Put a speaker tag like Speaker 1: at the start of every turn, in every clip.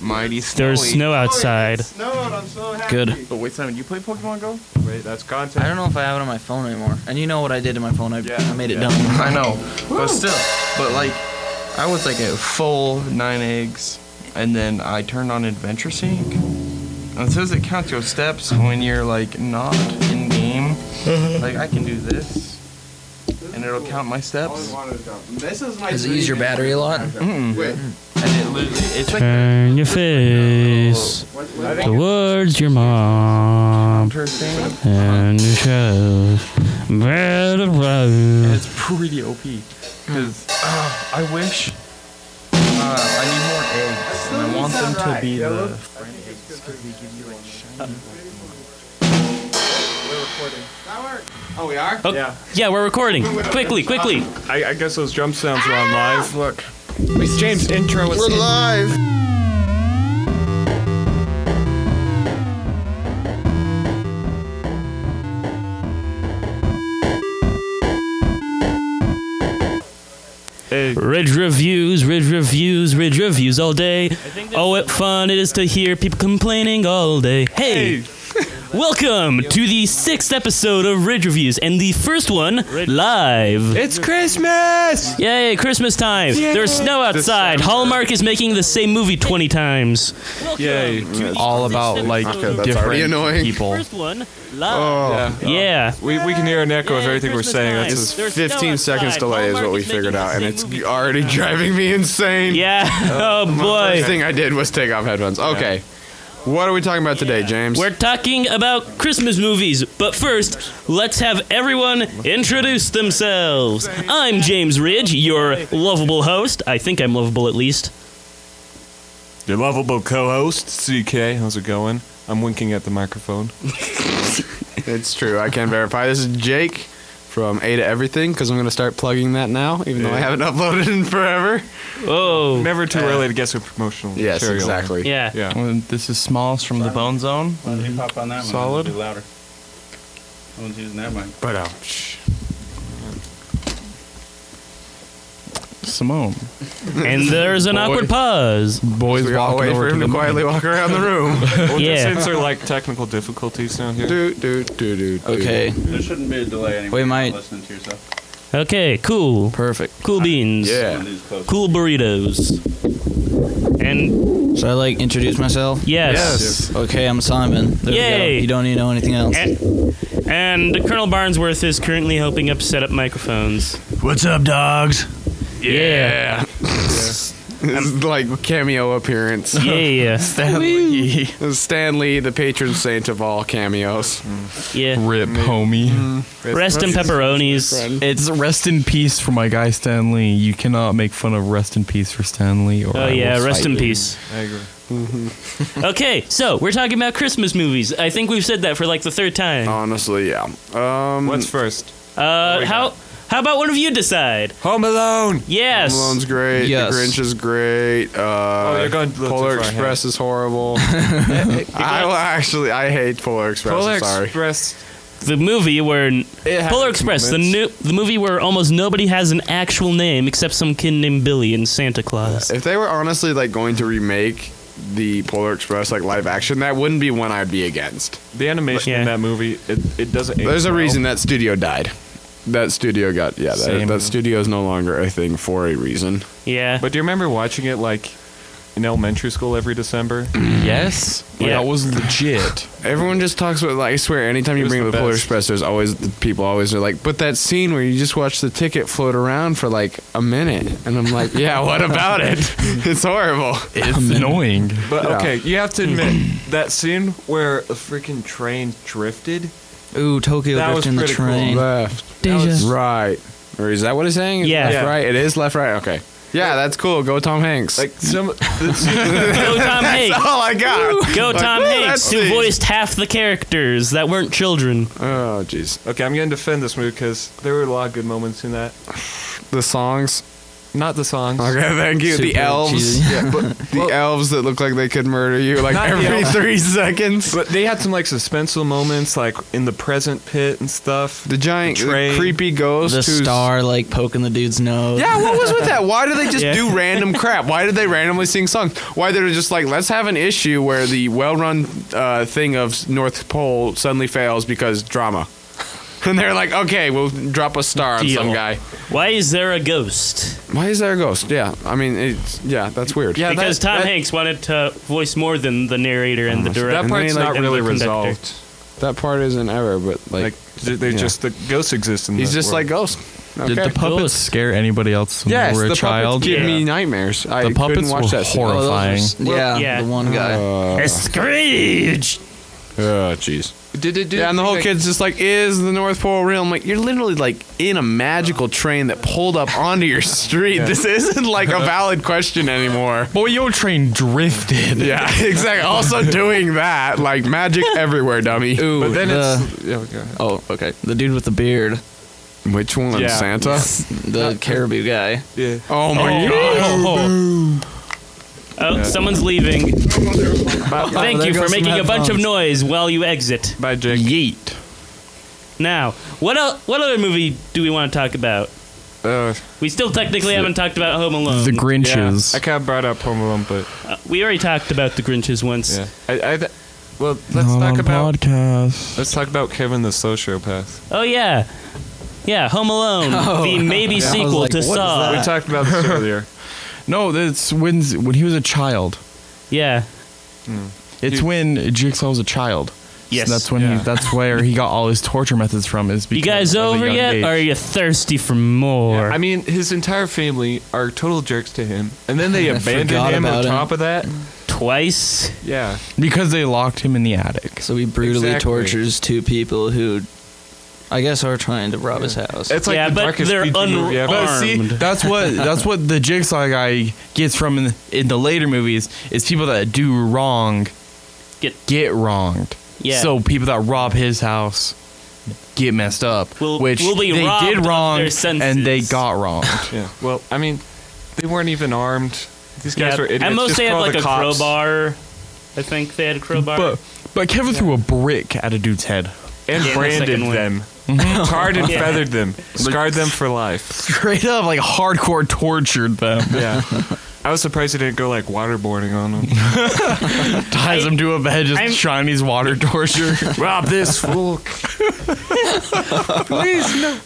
Speaker 1: Mighty snowy.
Speaker 2: There's snow outside.
Speaker 3: It snowed. I'm so happy.
Speaker 4: Good.
Speaker 1: But wait, Simon, you play Pokemon Go?
Speaker 3: Wait, that's content.
Speaker 4: I don't know if I have it on my phone anymore. And you know what I did to my phone? I,
Speaker 3: Yeah,
Speaker 4: I made it
Speaker 3: yeah.
Speaker 4: dumb.
Speaker 1: I know, but still, but like, I was like a full nine eggs, and then I turned on Adventure Sync. And it says it counts your steps when you're like not in game.
Speaker 3: Uh-huh.
Speaker 1: like I can do this, and it'll count my steps.
Speaker 3: This is my.
Speaker 4: Does it use your battery a lot?
Speaker 1: Mm-mm.
Speaker 3: Wait,
Speaker 1: And it literally, it's like
Speaker 2: Turn your face
Speaker 3: what,
Speaker 2: towards your mom
Speaker 1: interesting.
Speaker 2: and your child. Bread of
Speaker 1: And
Speaker 2: love.
Speaker 1: it's pretty OP. Cause uh, I wish uh, I need more eggs, and I want them to be the
Speaker 3: Oh, we are.
Speaker 2: Oh,
Speaker 3: Yeah.
Speaker 2: Yeah, we're recording. Quickly, quickly.
Speaker 3: I, I guess those jump sounds were on live. Look. Wait, James, intro was.
Speaker 1: live.
Speaker 3: Hey,
Speaker 2: Ridge reviews, ridge reviews, ridge reviews all day. Oh, what fun it is to hear people complaining all day. Hey,
Speaker 3: hey,
Speaker 2: welcome to the sixth episode of Ridge Reviews and the first one live.
Speaker 3: it's Christmas.
Speaker 2: Yay, Christmas time. There's snow outside. Hallmark is making the same movie 20 times.
Speaker 3: Yay.
Speaker 1: All about like
Speaker 5: That's already annoying.
Speaker 1: people.
Speaker 2: First one live.
Speaker 3: Oh.
Speaker 2: Yeah.
Speaker 3: We, we can hear an echo of
Speaker 2: Yay,
Speaker 3: everything we're
Speaker 2: Christmas
Speaker 3: saying.
Speaker 2: time.
Speaker 3: That's
Speaker 2: It's
Speaker 3: just-
Speaker 2: There's snow
Speaker 5: 15 seconds
Speaker 2: outside.
Speaker 5: delay is what
Speaker 2: Hallmark
Speaker 5: we
Speaker 2: is
Speaker 5: figured
Speaker 2: making
Speaker 5: out,
Speaker 2: the
Speaker 5: and
Speaker 2: same
Speaker 5: it's
Speaker 2: movie.
Speaker 5: already driving me insane.
Speaker 2: Yeah. Oh
Speaker 5: First
Speaker 2: boy.
Speaker 5: thing I did was take off headphones. Okay. What are we talking about today, James?
Speaker 2: We're talking about Christmas movies, but first, let's have everyone introduce themselves. I'm James Ridge, your lovable host. I think I'm lovable at least.
Speaker 3: Your lovable co-host, CK. How's it going? I'm winking at the microphone.
Speaker 5: it's true. I can verify. This is Jake from A to Everything, because I'm going to start plugging that now, even though I
Speaker 3: Yeah.
Speaker 5: haven't uploaded in forever.
Speaker 2: Oh.
Speaker 3: Never too early to guess what promotional
Speaker 5: Yes,
Speaker 3: material.
Speaker 5: exactly.
Speaker 2: Yeah.
Speaker 3: Yeah.
Speaker 1: Well, this is Smalls from the Bone Zone.
Speaker 6: Why don't you pop on that
Speaker 1: Solid.
Speaker 6: one? It'll Be louder. No one's using that mic.
Speaker 5: But, um, shh.
Speaker 1: Simone.
Speaker 2: And there's an
Speaker 1: Boy.
Speaker 2: awkward pause.
Speaker 1: Boys
Speaker 5: we all wait for him to quietly walk around the room.
Speaker 3: Well,
Speaker 2: Yeah.
Speaker 3: just since there are like technical difficulties down here.
Speaker 5: do, do, do, do, do.
Speaker 1: Okay,
Speaker 6: There shouldn't be a delay anymore.
Speaker 4: We
Speaker 6: You're not
Speaker 4: might-
Speaker 6: listening to yourself.
Speaker 2: Okay, cool.
Speaker 1: perfect.
Speaker 2: Cool beans.
Speaker 5: Yeah.
Speaker 6: Someone who's close.
Speaker 2: Cool burritos. And
Speaker 4: Should I like introduce myself?
Speaker 2: yes.
Speaker 5: Yes.
Speaker 4: Okay, I'm Simon. There we go.
Speaker 2: Yay. Eh,
Speaker 4: You don't need to know anything else.
Speaker 2: And, and Colonel Barnsworth is currently helping up set up microphones.
Speaker 7: What's up, dogs?
Speaker 2: Yeah.
Speaker 5: This is like cameo appearance.
Speaker 2: Yeah. Yeah.
Speaker 1: Stanley.
Speaker 5: Stanley, the patron saint of all cameos.
Speaker 2: yeah.
Speaker 1: Rip,
Speaker 5: Mm.
Speaker 1: homie.
Speaker 2: Rest in pepperonis.
Speaker 1: It's rest in peace for my guy Stanley. You cannot make fun of rest in peace for Stanley. Or
Speaker 2: Oh yeah, rest in peace.
Speaker 3: I agree.
Speaker 2: Okay, so we're talking about Christmas movies. I think we've said that for like the third
Speaker 5: Oh,
Speaker 2: time.
Speaker 5: Honestly, yeah. Um,
Speaker 3: What's first?
Speaker 2: Uh, how how about one of you decide?
Speaker 3: Home Alone.
Speaker 2: Yes.
Speaker 5: Home Alone's great.
Speaker 4: Yes.
Speaker 5: The Grinch is great. Uh,
Speaker 3: Oh, you're going a little
Speaker 5: Polar
Speaker 3: too far
Speaker 5: Express is horrible. I will actually, I hate Polar Express.
Speaker 3: Polar
Speaker 5: I'm sorry.
Speaker 3: Express.
Speaker 2: The movie where
Speaker 3: had
Speaker 2: Polar
Speaker 3: its
Speaker 2: Express, the new
Speaker 3: moments.
Speaker 2: the movie where almost nobody has an actual name except some kid named Billy and Santa Claus.
Speaker 3: Uh,
Speaker 5: If they were honestly like going to remake the Polar Express like live action, that wouldn't be one I'd be against.
Speaker 3: The animation
Speaker 2: Yeah.
Speaker 3: in that movie, it, it doesn't. age
Speaker 5: There's a
Speaker 3: well.
Speaker 5: reason that studio died. That studio got yeah. That,
Speaker 3: Same.
Speaker 5: that studio is no longer a thing for a reason.
Speaker 2: Yeah.
Speaker 3: But do you remember watching it like in elementary school every December?
Speaker 1: Yes,
Speaker 2: Yeah.
Speaker 1: that was legit.
Speaker 5: Everyone just talks about. Like, I swear, anytime you
Speaker 3: was
Speaker 5: bring
Speaker 3: the
Speaker 5: up the Polar
Speaker 3: best.
Speaker 5: Express, there's always the people always are like, "But that scene where you just watch the ticket float around for like a minute," and I'm like, "Yeah, what about it? It's horrible."
Speaker 1: It's annoying.
Speaker 3: But
Speaker 5: Yeah.
Speaker 3: okay, you have to admit that scene where a freaking train drifted.
Speaker 4: Ooh, Tokyo
Speaker 3: That was
Speaker 4: Drift in the
Speaker 3: pretty cool.
Speaker 4: train.
Speaker 5: Left,
Speaker 3: Deja.
Speaker 5: right, or is that what it's saying? It's
Speaker 2: Yeah.
Speaker 5: left,
Speaker 3: Yeah.
Speaker 5: right. It is left, right. Okay. Yeah, that's cool. Go Tom Hanks.
Speaker 3: Like some the scene-
Speaker 2: Go Tom Hanks.
Speaker 5: oh my god.
Speaker 2: Go
Speaker 5: Like,
Speaker 2: Tom
Speaker 5: "Woo,
Speaker 2: Hanks,
Speaker 5: that
Speaker 2: who
Speaker 5: scene."
Speaker 2: voiced half the characters that weren't children.
Speaker 5: Oh jeez,
Speaker 3: Okay, I'm gonna defend this movie because there were a lot of good moments in that.
Speaker 5: the songs.
Speaker 3: Not the songs.
Speaker 5: Okay, thank you. the
Speaker 4: Super
Speaker 5: elves,
Speaker 4: cheesy.
Speaker 5: yeah, but the elves that look like they could murder you like
Speaker 3: Not the
Speaker 5: every
Speaker 3: elves.
Speaker 5: three seconds.
Speaker 3: But they had some like suspenseful moments, like in the present pit and stuff.
Speaker 5: The giant,
Speaker 3: The train.
Speaker 5: creepy ghost.
Speaker 4: The
Speaker 5: who's-
Speaker 4: star like poking the dude's nose.
Speaker 5: Yeah, what was with that? Why do they just
Speaker 2: Yeah.
Speaker 5: do random crap? Why did they randomly sing songs? Why they're just like, let's have an issue where the well-run uh, thing of North Pole suddenly fails because drama, and they're like, okay, we'll drop a star on some
Speaker 2: Deal.
Speaker 5: guy.
Speaker 2: Why is there a ghost?
Speaker 5: Why is there a ghost? Yeah, I mean, it's yeah, that's weird.
Speaker 3: Yeah,
Speaker 2: because
Speaker 3: that-
Speaker 2: Tom
Speaker 3: that-
Speaker 2: Hanks wanted to voice more than the narrator and the director.
Speaker 3: That part's
Speaker 5: they, like,
Speaker 3: not
Speaker 2: and the
Speaker 3: really
Speaker 2: conductor.
Speaker 3: resolved.
Speaker 5: that part isn't ever, but
Speaker 3: Like,
Speaker 5: like,
Speaker 3: j- they
Speaker 5: yeah.
Speaker 3: just the ghosts exist in.
Speaker 5: he's
Speaker 3: the
Speaker 5: just
Speaker 3: world.
Speaker 5: like ghost.
Speaker 7: Did
Speaker 5: Okay.
Speaker 7: the puppets scare anybody else when
Speaker 5: Yes,
Speaker 7: you were a
Speaker 5: the
Speaker 7: child?
Speaker 5: puppets give
Speaker 2: Yeah.
Speaker 5: me nightmares. I
Speaker 7: The puppets
Speaker 5: couldn't watch
Speaker 7: were
Speaker 5: that shit.
Speaker 7: horrible.
Speaker 4: Oh, those are-
Speaker 7: Horrifying.
Speaker 4: yeah,
Speaker 2: Yeah.
Speaker 4: the one guy.
Speaker 2: A Screech!
Speaker 5: Oh, jeez.
Speaker 3: Did it do?
Speaker 5: Yeah, and the whole
Speaker 3: thing
Speaker 5: kid's just like, "Is the North Pole real?" I'm like, "You're literally like in a magical train that pulled up onto your street. This isn't like a valid question anymore."
Speaker 7: Boy, your train drifted.
Speaker 5: Yeah, exactly. Also doing that, like magic everywhere, dummy.
Speaker 4: Ooh,
Speaker 3: But then
Speaker 4: the,
Speaker 3: it's yeah, okay.
Speaker 4: oh, okay. The dude with the beard,
Speaker 5: Which one,
Speaker 3: Yeah.
Speaker 5: Santa?
Speaker 4: the caribou guy.
Speaker 3: yeah.
Speaker 5: Oh my
Speaker 7: Oh,
Speaker 2: Oh, someone's leaving. Thank
Speaker 4: there
Speaker 2: you for
Speaker 4: goes some
Speaker 2: making a bunch of
Speaker 4: headphones.
Speaker 2: noise while you exit.
Speaker 3: By Jake. Yeet.
Speaker 2: Now, what el- what other movie do we want to talk about?
Speaker 3: Uh,
Speaker 2: We still technically haven't talked about Home Alone.
Speaker 7: the
Speaker 3: yeah.
Speaker 7: Grinches.
Speaker 3: I kind of brought up Home Alone, but
Speaker 2: Uh, we already talked about the Grinches once.
Speaker 3: yeah. I, I th- well, let's talk about
Speaker 7: podcast.
Speaker 3: let's talk about Kevin the sociopath.
Speaker 2: Oh yeah, yeah, Home Alone,
Speaker 3: Oh.
Speaker 2: the maybe
Speaker 4: I was
Speaker 2: sequel
Speaker 4: like,
Speaker 2: to
Speaker 4: what is
Speaker 2: Saw.
Speaker 3: we talked about this earlier.
Speaker 7: No, that's when when he was a child.
Speaker 2: yeah,
Speaker 7: It's
Speaker 3: Dude.
Speaker 7: when Jigsaw was a child.
Speaker 2: Yes.
Speaker 7: So that's when
Speaker 3: Yeah.
Speaker 7: he. That's where he got all his torture methods from. Is
Speaker 2: you
Speaker 7: because
Speaker 2: guys
Speaker 7: of a
Speaker 2: over
Speaker 7: young
Speaker 2: yet?
Speaker 7: age.
Speaker 2: Or are you thirsty for more?
Speaker 3: I mean, his entire family are total jerks to him, and then they
Speaker 4: I
Speaker 3: abandon
Speaker 4: forgot
Speaker 3: him on
Speaker 4: about him.
Speaker 3: top of that.
Speaker 2: Twice.
Speaker 3: Yeah,
Speaker 7: because they locked him in the attic.
Speaker 4: So he brutally
Speaker 3: Exactly.
Speaker 4: tortures two people who, I guess, are trying to rob his house.
Speaker 3: it's like
Speaker 2: Yeah,
Speaker 3: the
Speaker 2: but
Speaker 3: darkest
Speaker 2: they're
Speaker 3: PG movie ever.
Speaker 2: unarmed.
Speaker 7: But see, Um, that's what that's what the Jigsaw guy gets from in the, in the later movies is people that do wrong
Speaker 2: Get-
Speaker 7: get wronged.
Speaker 2: Yeah.
Speaker 7: So people that rob his house get messed up,
Speaker 2: Will-
Speaker 7: which
Speaker 2: will be
Speaker 7: they
Speaker 2: robbed of
Speaker 7: did wrong
Speaker 2: their senses.
Speaker 7: and they got wronged.
Speaker 3: Yeah. Well, I mean, they weren't even armed. These guys
Speaker 2: yeah,
Speaker 3: were idiots.
Speaker 2: At most,
Speaker 3: Just
Speaker 2: they had
Speaker 3: call
Speaker 2: like
Speaker 3: the
Speaker 2: a
Speaker 3: cops.
Speaker 2: crowbar. I think they had a crowbar.
Speaker 7: but but Kevin threw a brick at a dude's head.
Speaker 3: and
Speaker 2: Yeah, the
Speaker 3: branded
Speaker 2: second one.
Speaker 3: them, tarred and
Speaker 2: Yeah.
Speaker 3: feathered them, scarred them for life.
Speaker 7: Straight up, like hardcore tortured them,
Speaker 3: Yeah. I was surprised they didn't go like waterboarding on them.
Speaker 7: ties them to a bed, just
Speaker 2: I'm-
Speaker 7: Chinese water torture.
Speaker 3: Rob this fool.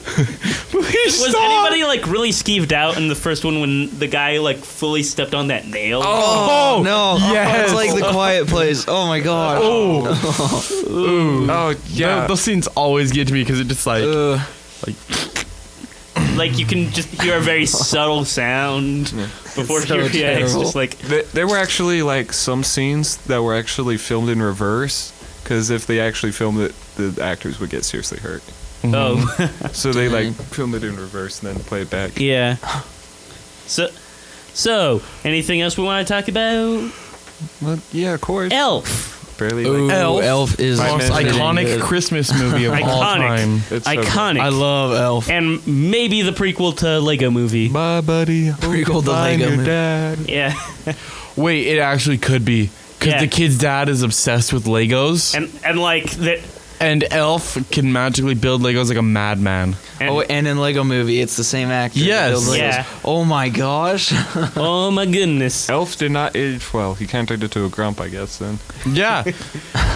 Speaker 2: was anybody like really skeeved out in the first one when the guy like fully stepped on that nail? Oh,
Speaker 4: oh no!
Speaker 7: yes.
Speaker 4: it's like the Quiet Place. Oh my god!
Speaker 3: Oh
Speaker 7: Yeah,
Speaker 3: yeah.
Speaker 7: those scenes always get to me because it just like
Speaker 4: Ugh.
Speaker 2: like you can just hear a very subtle sound before
Speaker 4: It's so
Speaker 2: hearing yeah, it's
Speaker 4: terrible.
Speaker 2: just like
Speaker 3: Th- there were actually like some scenes that were actually filmed in reverse because if they actually filmed it, the actors would get seriously hurt.
Speaker 4: Mm-hmm.
Speaker 2: oh
Speaker 3: So they like filmed it in reverse and then play it back.
Speaker 2: yeah. So, so anything else we want to talk about?
Speaker 3: Well, yeah, of course.
Speaker 2: Elf,
Speaker 3: Barely.
Speaker 4: Ooh,
Speaker 3: Like,
Speaker 4: Elf. is
Speaker 7: most
Speaker 3: man.
Speaker 7: iconic Christmas movie of all time.
Speaker 2: iconic,
Speaker 3: It's so good.
Speaker 2: iconic.
Speaker 4: I love Elf.
Speaker 2: and maybe the prequel to Lego Movie.
Speaker 3: Bye, buddy. Hope
Speaker 4: Prequel
Speaker 3: you
Speaker 4: to
Speaker 3: find
Speaker 4: Lego
Speaker 3: your
Speaker 4: movie.
Speaker 3: dad.
Speaker 2: Yeah,
Speaker 7: Wait, it actually could be because
Speaker 2: Yeah.
Speaker 7: the kid's dad is obsessed with Legos, and,
Speaker 2: and and like that.
Speaker 7: Elf can magically build Legos like a madman.
Speaker 2: and-
Speaker 4: oh, and in Lego Movie, it's the same actor. that
Speaker 7: Yes.
Speaker 4: builds Legos.
Speaker 2: Yeah.
Speaker 4: Oh my gosh.
Speaker 2: oh my goodness.
Speaker 3: Elf did not age well. He kind of turned into a grump, I guess. Then
Speaker 7: Yeah,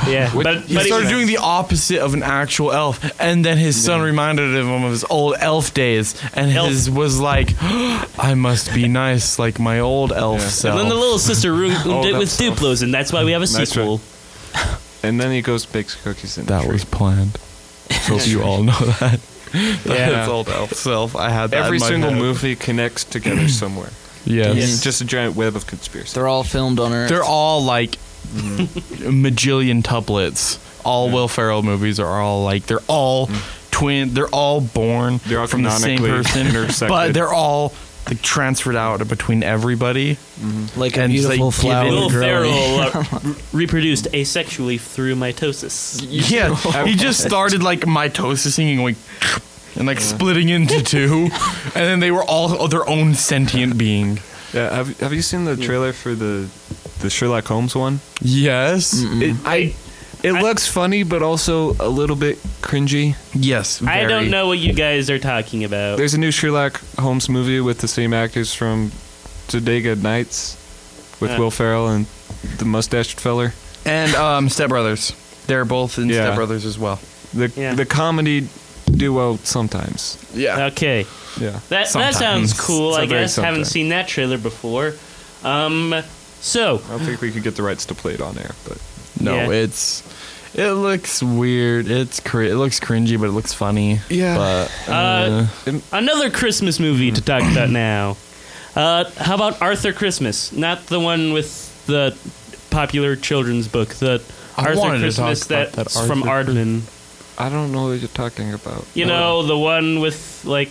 Speaker 2: Yeah,
Speaker 3: Which-
Speaker 2: but,
Speaker 7: he
Speaker 2: but
Speaker 7: started
Speaker 2: was-
Speaker 7: doing the opposite of an actual elf, and then his son reminded him of his old elf days, and
Speaker 2: Elf.
Speaker 7: his was like, "I must be nice like my old elf
Speaker 3: Yeah. And
Speaker 7: self."
Speaker 2: And then the little sister ruined
Speaker 3: Oh,
Speaker 2: it with
Speaker 3: that's awful.
Speaker 2: Duplos, and that's why we have a
Speaker 3: Nice
Speaker 2: sequel.
Speaker 3: and then he goes bakes cookies in the
Speaker 7: that
Speaker 3: tree.
Speaker 7: was planned. Hope you all know that.
Speaker 3: Yeah.
Speaker 7: That's old elf self. I had that
Speaker 3: Every
Speaker 7: in my
Speaker 3: single
Speaker 7: head.
Speaker 3: movie connects together somewhere.
Speaker 7: Yes.
Speaker 3: It's just a giant web of conspiracy.
Speaker 4: They're all filmed on Earth.
Speaker 7: They're all like magillion tuplets. All Will Ferrell movies are all like they're all twin. They're all born
Speaker 3: Mm. They're all
Speaker 7: from the same
Speaker 3: canonically
Speaker 7: person,
Speaker 3: intersected.
Speaker 7: but they're all like transferred out between everybody.
Speaker 4: like a
Speaker 7: and just, like,
Speaker 4: beautiful
Speaker 7: give
Speaker 4: flower.
Speaker 7: it-
Speaker 2: Will
Speaker 4: growing.
Speaker 2: Ferrell uh, re- reproduced asexually through mitosis.
Speaker 7: Yeah, he just started like mitosising and going and like splitting into two, and then they were all their own sentient being.
Speaker 3: Yeah, have have you seen the trailer for the the Sherlock Holmes one?
Speaker 7: Yes.
Speaker 3: It, I it looks funny, but also a little bit cringy.
Speaker 7: Yes.
Speaker 2: I
Speaker 7: very.
Speaker 2: don't know what you guys are talking about.
Speaker 3: There's a new Sherlock Holmes movie with the same actors from Todega Nights, with
Speaker 2: Yeah.
Speaker 3: Will Ferrell and the mustached feller.
Speaker 7: And um, Step Brothers. They're both in
Speaker 3: Yeah.
Speaker 7: Step Brothers as well.
Speaker 3: The
Speaker 2: Yeah.
Speaker 3: the comedy duo sometimes.
Speaker 7: Yeah.
Speaker 2: okay.
Speaker 3: Yeah.
Speaker 2: That
Speaker 7: Sometimes.
Speaker 2: that sounds cool.
Speaker 3: It's a
Speaker 2: I
Speaker 3: very
Speaker 2: guess haven't
Speaker 3: sometimes.
Speaker 2: seen that trailer before. Um, so
Speaker 3: I don't think we could get the rights to play it on air, but
Speaker 7: No,
Speaker 2: Yeah.
Speaker 7: it's it looks weird. It's cr- it looks cringy, but it looks funny.
Speaker 3: Yeah.
Speaker 7: But
Speaker 2: uh, another Christmas movie to talk about now. Uh, how about Arthur Christmas? Not the one with the popular children's book. The
Speaker 7: I wanted to
Speaker 2: Arthur
Speaker 7: talk
Speaker 2: Christmas
Speaker 7: about
Speaker 2: that's
Speaker 7: that
Speaker 2: from
Speaker 7: Arthur Oh.
Speaker 2: Aardman.
Speaker 3: I don't know what you're talking about.
Speaker 2: You know, the one with like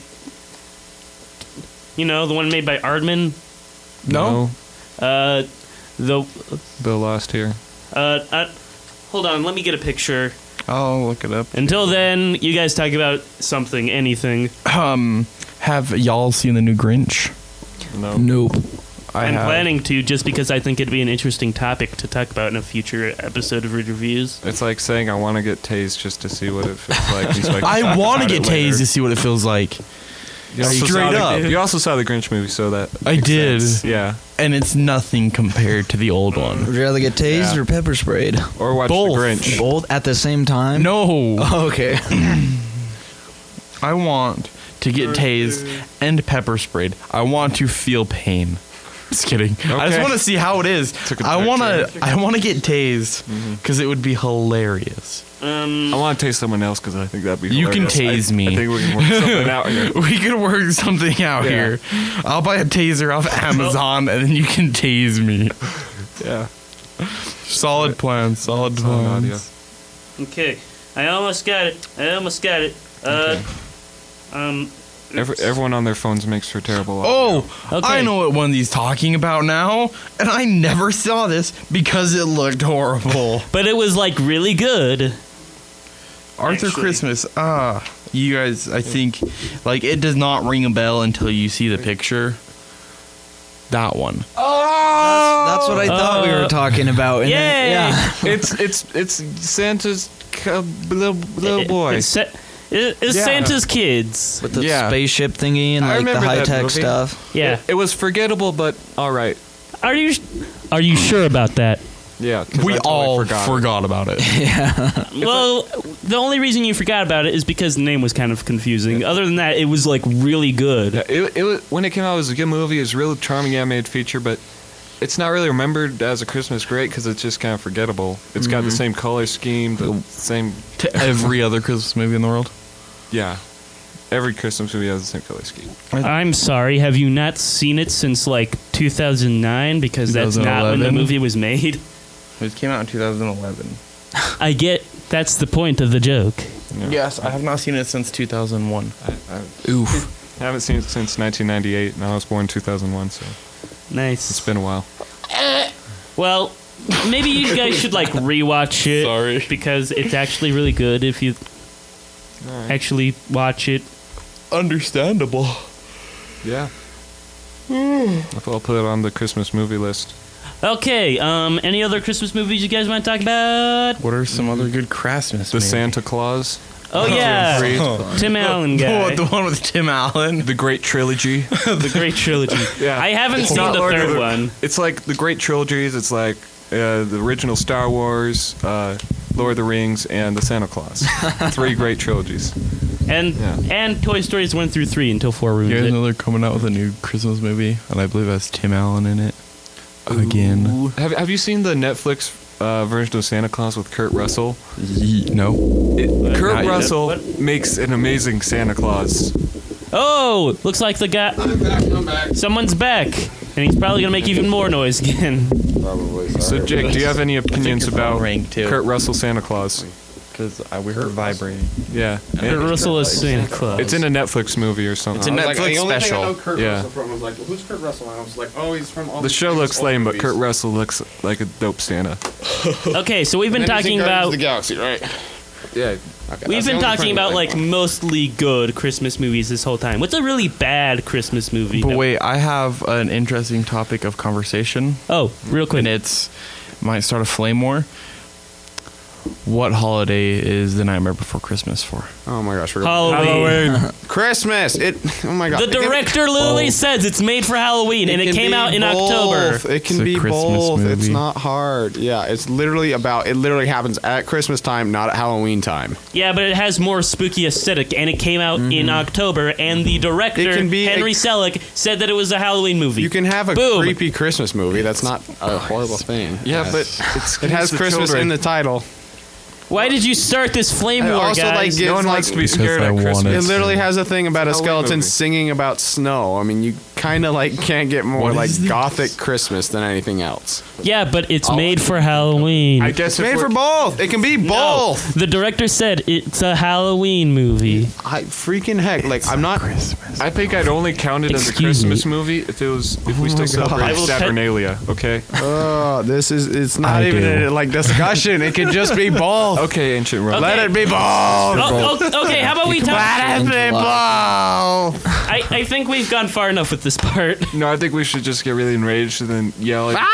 Speaker 2: you know, the one made by Aardman.
Speaker 7: no,
Speaker 2: Uh the
Speaker 3: the lost here.
Speaker 2: uh, uh hold on, let me get a picture.
Speaker 7: I'll look it up.
Speaker 2: Until then, you guys talk about something, anything.
Speaker 7: Um, have y'all seen the new Grinch?
Speaker 3: No.
Speaker 4: Nope.
Speaker 7: I
Speaker 2: I'm
Speaker 7: have.
Speaker 2: planning to just because I think it'd be an interesting topic to talk about in a future episode of Ridge Reviews.
Speaker 3: It's like saying I want to get tased just to see what it feels like. and so can
Speaker 7: I
Speaker 3: talk
Speaker 7: want to
Speaker 3: about
Speaker 7: get
Speaker 3: it later.
Speaker 7: tased to see what it feels like,
Speaker 3: You also saw
Speaker 7: straight
Speaker 3: the-
Speaker 7: up.
Speaker 3: You also saw the Grinch movie, so that
Speaker 7: I
Speaker 3: makes
Speaker 7: did.
Speaker 3: sense. Yeah,
Speaker 7: and it's nothing compared to the old one.
Speaker 4: Would you rather get tased
Speaker 3: Yeah.
Speaker 4: or pepper sprayed?
Speaker 3: or watch
Speaker 7: Both.
Speaker 3: the Grinch.
Speaker 4: Both at the same time?
Speaker 7: No,
Speaker 4: Okay.
Speaker 7: I want to get tased and pepper sprayed. I want to feel pain. Just kidding. I just
Speaker 3: Okay.
Speaker 7: want to see how it is.
Speaker 3: Took a
Speaker 7: I want
Speaker 3: picture.
Speaker 7: to. I want to get tased because it would be hilarious.
Speaker 2: Um,
Speaker 3: I want to tase someone else because I think that'd be.
Speaker 7: You can
Speaker 3: hilarious.
Speaker 7: tase
Speaker 3: I,
Speaker 7: me.
Speaker 3: I think we can work something out here.
Speaker 7: We could work something out
Speaker 3: Yeah.
Speaker 7: here. I'll buy a taser off Amazon and then you can tase me.
Speaker 3: Yeah.
Speaker 7: Solid plan. Solid
Speaker 3: Solid
Speaker 7: plan.
Speaker 3: audio.
Speaker 2: okay, I almost got it. I almost got it. Uh, um,
Speaker 3: Every, everyone on their phones makes for terrible. audio.
Speaker 7: Oh, I
Speaker 2: Okay.
Speaker 7: know what one he's talking about now, and I never saw this because it looked horrible.
Speaker 2: but it was like really good.
Speaker 7: Arthur
Speaker 2: Actually.
Speaker 7: Christmas. Ah, you guys, I think, like it does not ring a bell until you see the picture. That one.
Speaker 4: That's what I thought we
Speaker 2: Uh,
Speaker 4: were talking about. And
Speaker 2: Yay!
Speaker 4: then- yeah.
Speaker 3: it's it's it's Santa's co- little
Speaker 2: It-
Speaker 3: little boy.
Speaker 2: It's, Sa- it- it's
Speaker 3: Yeah.
Speaker 2: Santa's kids.
Speaker 4: With the
Speaker 3: Yeah.
Speaker 4: spaceship thingy and
Speaker 3: I
Speaker 4: like the
Speaker 3: remember that
Speaker 4: high tech
Speaker 3: movie.
Speaker 4: stuff.
Speaker 2: Yeah.
Speaker 3: It, it was forgettable, but all right.
Speaker 2: Are you are you sure about that?
Speaker 3: Yeah, 'cause I
Speaker 7: We
Speaker 3: totally
Speaker 7: all
Speaker 3: forgot.
Speaker 7: forgot, about it.
Speaker 2: well, the only reason you forgot about it is because the name was kind of confusing. Other than that, it was like really good.
Speaker 3: Yeah, it, it was, when it came out, it was a good movie. It was a real charming animated feature, but it's not really remembered as a Christmas great because it's just kind of forgettable. It's got
Speaker 7: Mm-hmm.
Speaker 3: the same color scheme, the same
Speaker 7: to every other Christmas movie in the world.
Speaker 3: yeah. Every Christmas movie has the same color scheme.
Speaker 2: I'm sorry, have you not seen it since like 2009? Because that's not when the
Speaker 7: 2011?
Speaker 2: movie was made.
Speaker 7: It came out in 2011.
Speaker 2: I get that's the point of the joke.
Speaker 7: Yes, I have not seen it since 2001.
Speaker 4: Oof.
Speaker 3: I haven't seen it since 1998, and I was born in 2001, so it's
Speaker 2: Nice.
Speaker 3: been a while.
Speaker 2: Well, maybe you guys should like rewatch it.
Speaker 7: Sorry.
Speaker 2: Because it's actually really good if you actually watch it.
Speaker 7: Understandable.
Speaker 3: Yeah. I'll I'll put it on the Christmas movie list.
Speaker 2: Okay, um, any other Christmas movies you guys want to talk about?
Speaker 7: What are some other good Christmas?
Speaker 3: The Santa Claus,
Speaker 2: Oh, yeah. Tim Allen guy.
Speaker 7: Uh-huh. the one with Tim Allen.
Speaker 3: the Great Trilogy.
Speaker 2: the great trilogy.
Speaker 3: Yeah.
Speaker 2: I haven't
Speaker 3: It's
Speaker 2: seen
Speaker 3: not
Speaker 2: the
Speaker 3: Lord of
Speaker 2: third
Speaker 3: the-
Speaker 2: one.
Speaker 3: It's like the great trilogies. It's like uh, the original Star Wars, uh, Lord of the Rings, and the Santa Claus. Three great trilogies.
Speaker 2: And
Speaker 3: Yeah.
Speaker 2: and Toy Stories 1 through 3 until 4 ruins
Speaker 7: You guys
Speaker 2: it.
Speaker 7: know they're coming out with a new Christmas movie, and I believe it has Tim Allen in it again.
Speaker 3: Have Have you seen the Netflix uh, version of Santa Claus with Kurt Russell? Uh,
Speaker 7: Ye- no,
Speaker 3: Kurt
Speaker 2: not yet.
Speaker 3: Russell
Speaker 2: What?
Speaker 3: makes an amazing Santa Claus.
Speaker 2: Oh, looks like the guy. Someone's back, and he's probably gonna make even more noise again.
Speaker 8: Probably.
Speaker 3: So Jake, do you have any opinions
Speaker 7: your phone
Speaker 3: about
Speaker 7: rang, too.
Speaker 3: Kurt Russell Santa Claus?
Speaker 7: because I we heard vibrating.
Speaker 3: Yeah,
Speaker 2: Kurt
Speaker 3: It-
Speaker 2: Russell is Santa Claus.
Speaker 3: it's in a Netflix movie or something.
Speaker 7: It's a
Speaker 8: Like,
Speaker 7: Netflix
Speaker 8: the only thing I know
Speaker 7: special.
Speaker 8: Kurt
Speaker 3: Yeah.
Speaker 8: Russell from was like, who's Kurt Russell? And I was like, oh, he's from all
Speaker 3: the show looks
Speaker 8: all
Speaker 3: lame, but
Speaker 8: movies.
Speaker 3: Kurt Russell looks like a dope Santa.
Speaker 2: okay, so we've been
Speaker 8: And he's in
Speaker 2: talking
Speaker 8: Guardians of
Speaker 2: about
Speaker 8: the Galaxy, right?
Speaker 3: Yeah,
Speaker 5: Okay,
Speaker 2: We've
Speaker 5: that's the
Speaker 2: been
Speaker 5: only
Speaker 2: talking
Speaker 5: thing
Speaker 2: about
Speaker 5: I
Speaker 2: like
Speaker 5: think
Speaker 2: mostly good Christmas movies this whole time. What's a really bad Christmas movie?
Speaker 7: But
Speaker 2: that-
Speaker 7: wait, I have an interesting topic of conversation,
Speaker 2: Oh, real quick.
Speaker 7: and it's might start a flame war. What holiday is the Nightmare Before Christmas for?
Speaker 5: of. Oh my gosh, we're going.
Speaker 2: Halloween.
Speaker 5: Christmas. It. Oh my god.
Speaker 2: The
Speaker 5: It can-
Speaker 2: director literally says it's made for Halloween, and it
Speaker 5: Oh. can
Speaker 2: came
Speaker 5: be
Speaker 2: out in
Speaker 5: both.
Speaker 2: October.
Speaker 5: It can
Speaker 7: It's a
Speaker 5: be
Speaker 7: Christmas
Speaker 5: both. It's
Speaker 7: movie.
Speaker 5: not hard. Yeah, it's literally about. It literally happens at Christmas time, not at Halloween time.
Speaker 2: Yeah, but it has more spooky aesthetic, and it came out in October. And the director,
Speaker 5: Mm-hmm. It can be
Speaker 2: Henry
Speaker 5: a-
Speaker 2: Selick, said that it was a Halloween movie.
Speaker 5: You can have a
Speaker 2: Boom.
Speaker 5: creepy Christmas movie. That's not a horrible thing.
Speaker 3: Yeah,
Speaker 5: Yes.
Speaker 3: but it's
Speaker 5: it has Christmas in the title.
Speaker 2: Why did you start this flame
Speaker 5: And
Speaker 2: war,
Speaker 5: also,
Speaker 2: guys?
Speaker 5: like,
Speaker 3: No
Speaker 5: It's
Speaker 3: one
Speaker 5: like-
Speaker 3: wants to be
Speaker 5: Because
Speaker 3: scared
Speaker 7: I
Speaker 3: at
Speaker 7: wanted
Speaker 5: It
Speaker 3: Christmas.
Speaker 7: to.
Speaker 5: literally has a thing about a
Speaker 3: Halloween
Speaker 5: skeleton
Speaker 3: movie.
Speaker 5: singing about snow. I mean, you kind of like can't get more
Speaker 7: What
Speaker 5: like
Speaker 7: is this?
Speaker 5: gothic Christmas than anything else.
Speaker 2: yeah, but it's made for Halloween.
Speaker 3: I
Speaker 5: It's
Speaker 3: guess
Speaker 5: made
Speaker 3: if
Speaker 5: for
Speaker 3: we're-
Speaker 5: both. It can be
Speaker 2: No,
Speaker 5: both.
Speaker 2: the director said it's a Halloween movie.
Speaker 5: I freaking heck, like I'm not.
Speaker 3: I think I'd only count it as a
Speaker 2: Excuse
Speaker 3: Christmas
Speaker 2: me.
Speaker 3: movie if it was if we still
Speaker 2: I
Speaker 3: celebrate
Speaker 2: will pet-
Speaker 3: Saturnalia. Okay.
Speaker 5: Oh, this is it's not
Speaker 7: I
Speaker 5: even
Speaker 7: do.
Speaker 5: a like discussion. it could just be both.
Speaker 3: Okay, ancient Rome.
Speaker 5: Let it be both.
Speaker 2: Oh, oh, okay, how about we talk?
Speaker 5: Let it be
Speaker 2: Ah!
Speaker 5: both.
Speaker 2: I, I think we've gone far enough with this part.
Speaker 3: No, I think we should just get really enraged and then yell, at-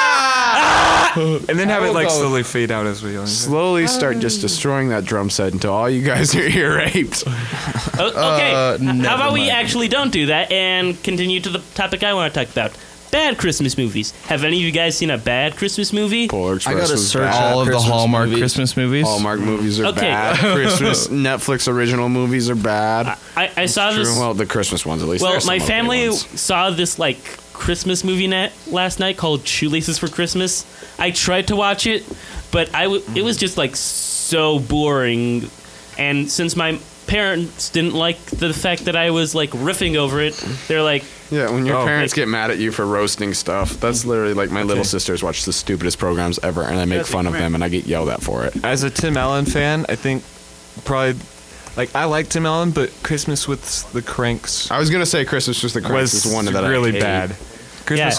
Speaker 5: Ah!
Speaker 3: and then have it
Speaker 5: will
Speaker 3: like
Speaker 5: go-
Speaker 3: slowly fade out as we. Go.
Speaker 5: Slowly start just destroying that drum set until all you guys are ear raped.
Speaker 2: O- okay, h- how
Speaker 7: never
Speaker 2: about we
Speaker 7: mind.
Speaker 2: actually don't do that and continue to the topic I want to talk about? Bad Christmas movies. Have any of you guys seen a bad Christmas movie?
Speaker 5: Polar Express
Speaker 4: gotta
Speaker 5: was
Speaker 4: search
Speaker 5: bad.
Speaker 7: All of
Speaker 4: Christmas
Speaker 7: the Hallmark
Speaker 4: movies.
Speaker 7: Christmas movies.
Speaker 5: Hallmark movies are
Speaker 2: Okay.
Speaker 5: bad. Christmas Netflix original movies are bad.
Speaker 2: I, I saw this.
Speaker 5: Well, the Christmas ones at least.
Speaker 2: Well,
Speaker 5: There's some
Speaker 2: my
Speaker 5: okay
Speaker 2: family
Speaker 5: ones.
Speaker 2: saw this like Christmas movie net last night called Shoelaces for Christmas. I tried to watch it, but I w- it was
Speaker 5: Mm-hmm.
Speaker 2: just like so boring. And since my parents didn't like the fact that I was like riffing over it, they're like,
Speaker 5: Yeah, when your
Speaker 3: Oh.
Speaker 5: parents
Speaker 2: Like-
Speaker 5: get mad at you for roasting stuff, that's literally like my little sisters watch the stupidest programs ever, and I make fun of them, and I get yelled at for it.
Speaker 3: As a Tim Allen fan, I think probably like I like Tim Allen, but Christmas with the Cranks
Speaker 5: I was gonna say Christmas just the Uh, Cranks
Speaker 3: was
Speaker 5: is one that
Speaker 3: really
Speaker 5: I hate.
Speaker 3: bad. Christmas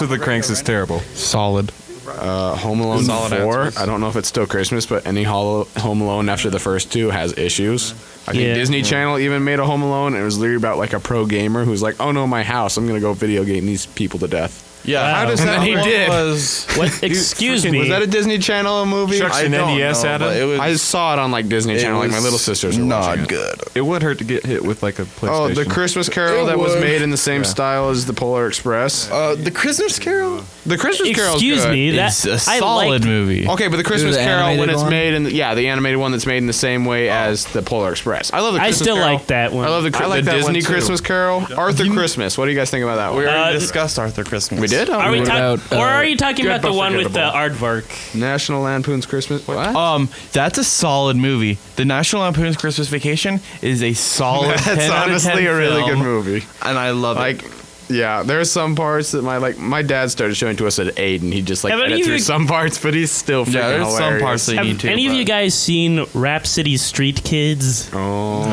Speaker 2: Yeah.
Speaker 3: with the Cranks is terrible.
Speaker 7: Solid.
Speaker 5: Uh, Home Alone
Speaker 7: Solid
Speaker 5: four.
Speaker 7: answers.
Speaker 5: I don't know if it's still Christmas, but any Hol- Home Alone after the first two has issues. I think
Speaker 2: Yeah.
Speaker 5: Disney Channel even made a Home Alone, and it was literally about like a pro gamer who's like, "Oh no, my house! I'm gonna go video game these people to death."
Speaker 7: Yeah.
Speaker 2: Wow.
Speaker 7: How does
Speaker 2: And
Speaker 7: that
Speaker 5: then he
Speaker 7: one
Speaker 5: did.
Speaker 7: was
Speaker 2: "What? Excuse
Speaker 5: Freaking-
Speaker 2: me."
Speaker 5: Was that a Disney Channel movie?
Speaker 3: Shucks
Speaker 5: I
Speaker 3: an
Speaker 5: don't
Speaker 3: NES
Speaker 5: know,
Speaker 3: at
Speaker 5: but
Speaker 3: it?
Speaker 5: it was- I saw it on like Disney Channel. Like my
Speaker 7: was
Speaker 5: little sisters are
Speaker 7: not
Speaker 5: watching it.
Speaker 7: good.
Speaker 3: It would hurt to get hit with like a PlayStation.
Speaker 5: Oh, the Christmas Carol
Speaker 7: It
Speaker 5: that was
Speaker 7: would.
Speaker 5: made in the same style as the Polar Express.
Speaker 7: Uh, the Christmas Carol.
Speaker 5: The Christmas Carol.
Speaker 2: Excuse me. That
Speaker 7: It's a
Speaker 2: I
Speaker 7: solid
Speaker 2: liked-
Speaker 7: movie.
Speaker 5: Okay, but the Christmas
Speaker 4: the
Speaker 5: Carol when
Speaker 4: animated
Speaker 5: it's
Speaker 4: one?
Speaker 5: made in the, yeah the animated one that's made in the same way as the Polar Express. I love the.
Speaker 2: I
Speaker 5: Christmas
Speaker 2: still
Speaker 5: Carol.
Speaker 2: like that one.
Speaker 5: I love the,
Speaker 3: I like
Speaker 5: the
Speaker 3: that one
Speaker 5: Disney
Speaker 3: too.
Speaker 5: Christmas Carol. Arthur Christmas. What do you guys think about that one?
Speaker 7: We already
Speaker 2: Uh,
Speaker 7: discussed Arthur Christmas.
Speaker 5: we did.
Speaker 2: Are we
Speaker 4: What
Speaker 2: talking,
Speaker 4: about,
Speaker 2: or
Speaker 4: uh,
Speaker 2: are you talking
Speaker 3: Good
Speaker 2: about the
Speaker 3: But
Speaker 2: one with the
Speaker 3: Forgettable?
Speaker 2: aardvark?
Speaker 5: National Lampoon's Christmas. What?
Speaker 7: Um, that's a solid movie. The National Lampoon's Christmas Vacation is a solid.
Speaker 5: that's
Speaker 7: 10 Oh, out of 10
Speaker 5: honestly a really
Speaker 7: film,
Speaker 5: good movie.
Speaker 7: and I love
Speaker 5: Like.
Speaker 7: it.
Speaker 5: Yeah, there's some parts that my like my dad started showing to us at eight, and he just like
Speaker 2: Have any
Speaker 5: edit
Speaker 2: of
Speaker 5: through
Speaker 2: you-
Speaker 5: some parts, but he's still freaking
Speaker 7: Yeah, there's
Speaker 5: hilarious.
Speaker 7: some parts that you
Speaker 2: Have
Speaker 7: need to.
Speaker 2: any of
Speaker 7: but-
Speaker 2: you guys seen Rhapsody Street Kids?
Speaker 5: Oh